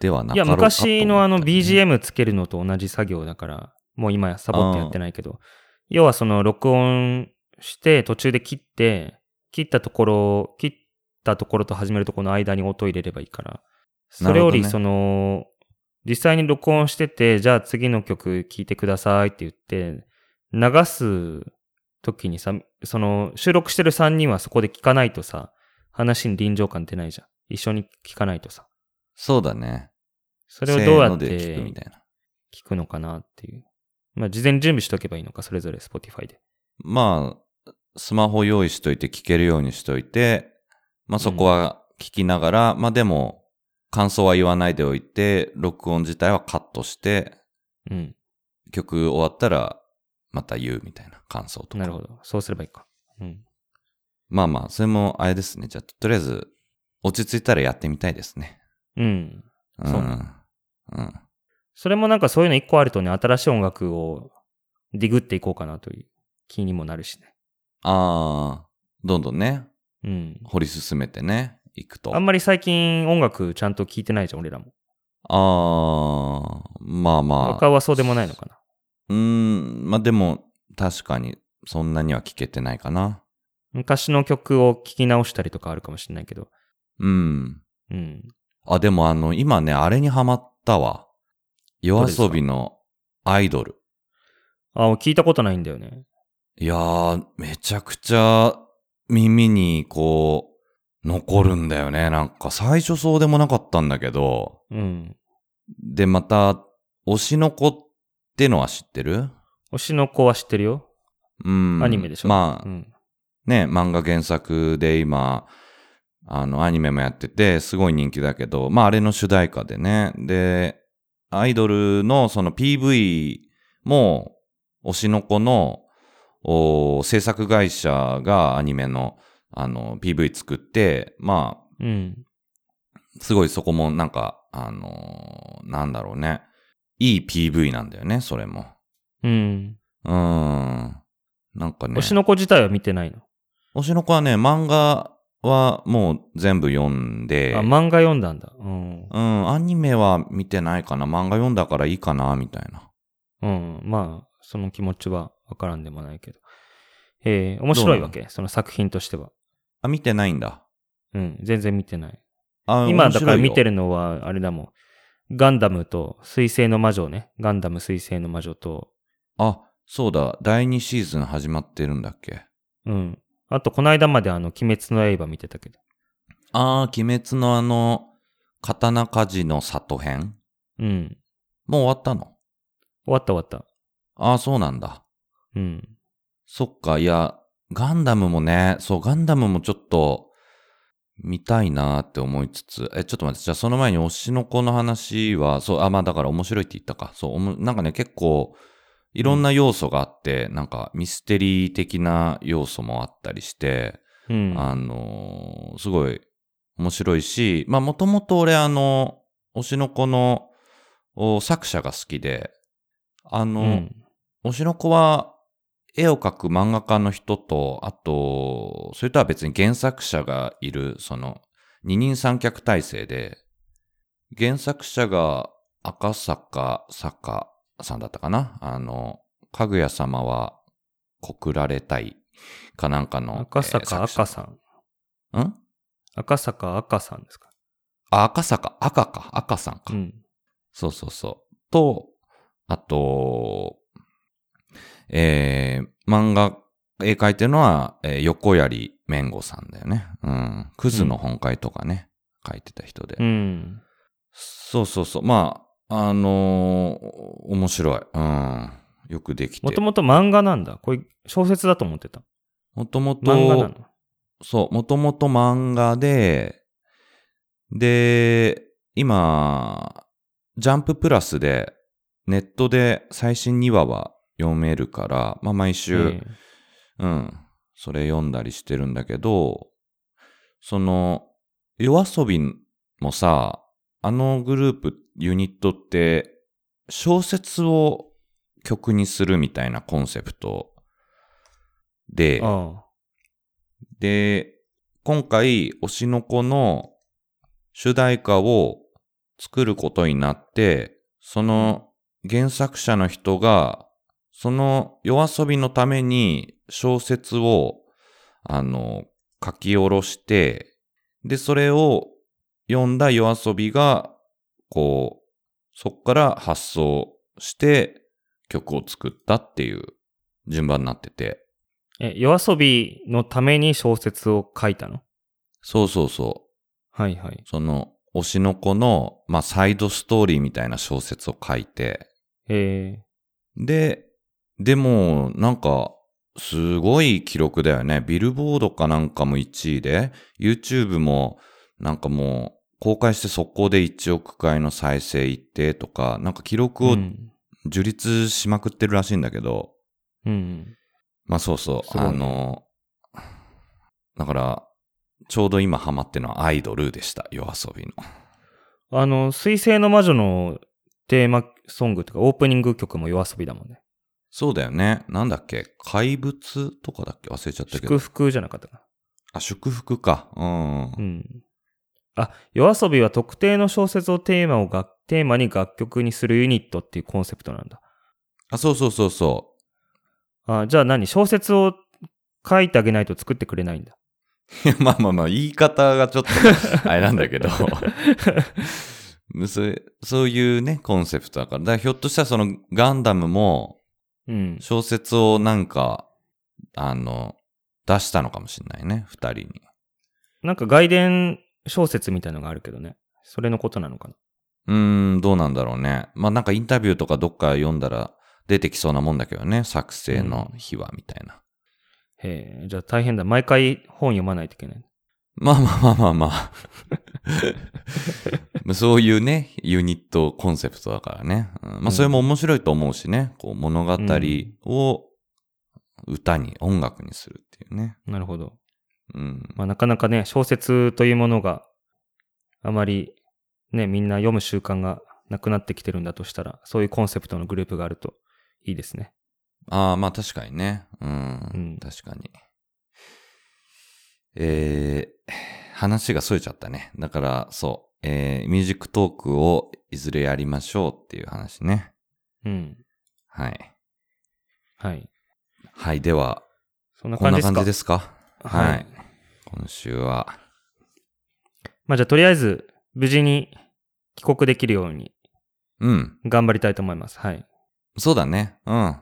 ではないかろや、うかと思ったね昔のあの BGM つけるのと同じ作業だから、もう今やサボってやってないけど、要はその録音して途中で切って、切ったところ、切ったところと始めるところの間に音を入れればいいから、それよりなるそほの、実際に録音してて、じゃあ次の曲聴いてくださいって言って、流す時にさ、その収録してる3人はそこで聞かないとさ、話に臨場感出ないじゃん。一緒に聞かないとさ。そうだね。それをどうやっせーので聞くみてたいな。聞くのかなっていう。まあ、事前に準備しとけばいいのか、それぞれ Spotify で。まあ、スマホ用意しといて聞けるようにしといて、まあそこは聞きながら、まあでも、感想は言わないでおいて、録音自体はカットして、うん。曲終わったら、また言うみたいな感想とか。なるほど。そうすればいいか。うん。まあまあ、それもあれですね。じゃあ、とりあえず、落ち着いたらやってみたいですね。うん。うん。そううん。それもなんかそういうの一個あるとね、新しい音楽をディグっていこうかなという気にもなるしね。あー、どんどんね、うん。掘り進めてね、いくと。あんまり最近音楽ちゃんと聞いてないじゃん、俺らも。あー、まあまあ他。はそうでもないのかな。うーん、まあでも、確かに、そんなには聞けてないかな。昔の曲を聞き直したりとかあるかもしれないけど。うん。うん。あ、でもあの、今ね、あれにハマったわ。夜遊びのアイドル。あ、俺聞いたことないんだよね。いやー、めちゃくちゃ耳にこう、残るんだよね。なんか最初そうでもなかったんだけど。うん。で、また、推しの子ってのは知ってる推しの子は知ってるよ。うん。アニメでしょ。まうあ、ん。ね、漫画原作で今、あの、アニメもやってて、すごい人気だけど、まあ、あれの主題歌でね。で、アイドルのその PV も、推しの子の、お制作会社がアニメの、あの、PV 作って、まあ、うん。すごいそこもなんか、あのーなんだろうね。いい PV なんだよね、それも。うん。うーん。なんかね。推しの子自体は見てないの。推しの子はね、漫画はもう全部読んで、あ、漫画読んだんだ。うん。うん、アニメは見てないかな。漫画読んだからいいかな、みたいな。うん。まあ、その気持ちはわからんでもないけど。えー、面白いわけその作品としては。あ、見てないんだ。うん。全然見てない。あ今、だから見てる。るのは、あれだもん。ガンダムと、水星の魔女ね。ガンダム水星の魔女と、あ、そうだ。第2シーズン始まってるんだっけ。うん。あと、この間まであの、鬼滅の刃見てたけど。あー、鬼滅のあの、刀鍛冶の里編うん。もう終わったの終わった終わった。ああ、そうなんだ。うん。そっか、いや、ガンダムもね、そう、ガンダムもちょっと、見たいなーって思いつつ、え、ちょっと待って、じゃあその前に推しの子の話は、そう、あ、まあだから面白いって言ったか。そうおも、なんかね、結構、いろんな要素があって、なんかミステリー的な要素もあったりして、うん。あのーすごい面白いし、まあもともと俺あの、推しの子のお作者が好きで、あうの、ん。推しの子は絵を描く漫画家の人と、あと、それとは別に原作者がいる、その、二人三脚体制で、原作者が赤坂坂さんだったかなあの、かぐや様は告られたいかなんかの。赤坂えー作赤者さん。ん赤坂赤さんですか。あ、赤坂、赤か、赤さんか。うん。そうそうそう。と、あと、えー、漫画、絵描いてるのは、えー横槍めんごさんだよね。うん。クズの本会とかね、書いてた人で。うん。そうそうそう。まあ、あのー面白い。うん。よくできて。もともと漫画なんだ。これ小説だと思ってた。もともと、漫画なの。そう、もともと漫画で、で、今、ジャンププラスで、ネットで最新2話は読めるから、まあ毎週、えうん、それ読んだりしてるんだけど、その、夜遊びもさ、あのグループ、ユニットって、小説を曲にするみたいなコンセプトで、えあで、今回、推しの子の主題歌を作ることになって、その原作者の人が、その夜遊びのために小説を、あの、書き下ろして、で、それを読んだ夜遊びが、こう、そっから発想して曲を作ったっていう順番になってて。あ。え、夜遊びのために小説を書いたのそうそうそう。はいはい。その、推しの子の、まあ、サイドストーリーみたいな小説を書いて、えで、でも、なんか、すごい記録だよね。ビルボードかなんかも1位で、YouTube も、なんかもう、公開して速攻で1億回の再生いってとか、なんか記録えをうん。樹立しまくってるらしいんだけど、うん。まあそうそう、すごいねあの、だから、ちょうど今ハマってるのはアイドルでした。夜遊びの。あの、水星の魔女のテーマソングとかオープニング曲も夜遊びだもんね。そうだよね。なんだっけ怪物とかだっけ忘れちゃったけ祝ど。福じゃなかったかあ、祝福か。うん。な。うん。あ、夜遊びは特定の小説をテーマをが、テーマに楽曲にするユニットっていうコンセプトなんだ。あ、そうそうそうそあ、じゃあ何小説を書いてあげないと作ってくれないんだ。う。い や、まあまあまあ、言い方がちょっとあれなんだけど。 そうそういうね、コンセプトだから。だからひょっとしたらそのガンダムもうん。小説をなんか、あの、出したのかもしれないね、二人に。なんか外伝小説みたいのがあるけどね。それのことなのかな。うーん、どうなんだろうね。まあなんかインタビューとかどっか読んだら出てきそうなもんだけどね、作成の秘話みたいな。へえ、じゃあ大変だ。毎回本読まないといけない。まあまあまあまあまあまあ。そういうね、ユニットコンセプトだからね。うんまうあんそれも面白いと思うしね。こう物語を歌に、音楽にするっていうね。なるほど。うん。まあなかなかね、小説というものがあまりね、みんな読む習慣がなくなってきてるんだとしたら、そういうコンセプトのグループがあるといいですね。ああ、まあ確かにね。うん。うん確かに。えー、話が逸れちゃったね。だから、そう。えー、ミュージックトークをいずれやりましょうっていう話ね。うん。はい。はい。はい、では、そんなこん感じなです感かじですかはいはい。今週は、まあじゃあとりあえず、無事に帰国できるようにうん。頑張りたいと思います。はい。そうだね。うん。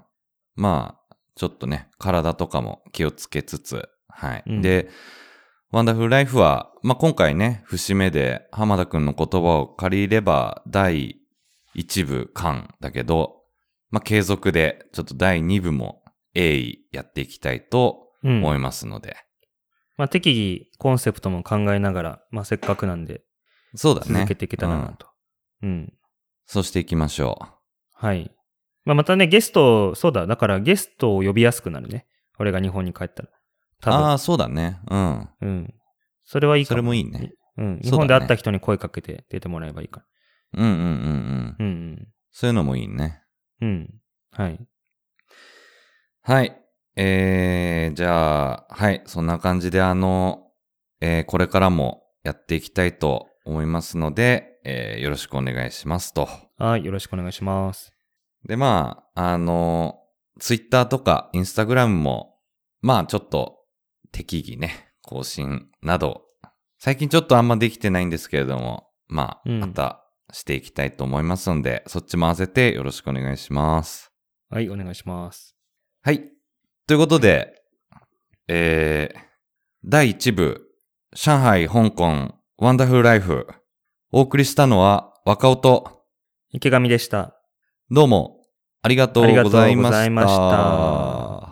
まあ、ちょっとね、体とかも気をつけつつ、はい。うんで、ワンダフルライフは、まあ今回ね、節目で浜田くんの言葉を借りれば第1部間だけど、まあ、継続で、ちょっと第2部も鋭意やっていきたいとうん。思いますので。まあ、適宜コンセプトも考えながら、まあ、せっかくなんでそうだね。続けていけたらなうんと。うん。そうしていきましょはい。まあ、またね、ゲスト、そうだ、だからゲストを呼びやすくなるね。俺が日本に帰ったら。う。多あ分。あ、そうだね。うん。うん。それはいいかそれもいいね。うん。そ日うだね本で会った人に声かけて出てもらえばいいかうんうんうんうん。ら。うんそういうのもいいね。うん。うん。はい。はい。えー、じゃあ、はい。そんな感じで、あの、えーこれからもやっていきたいと思いますので、えーよろしくお願いしますと。はい。よろしくお願いします。で、まあ、あの、ツイッターとかインスタグラムも、まあ、ちょっと適宜ね、更新など、最近ちょっとあんまできてないんですけれども、まあ、うんまたしていきたいと思いますので、そっちも合わせてよろしくお願いします。はい。お願いします。はい。ということで、えー、第1部、上海、香港、ワンダフルライフ、お送りしたのは若尾と、池上でした。どうもありがとうございまありがとうございしましたた。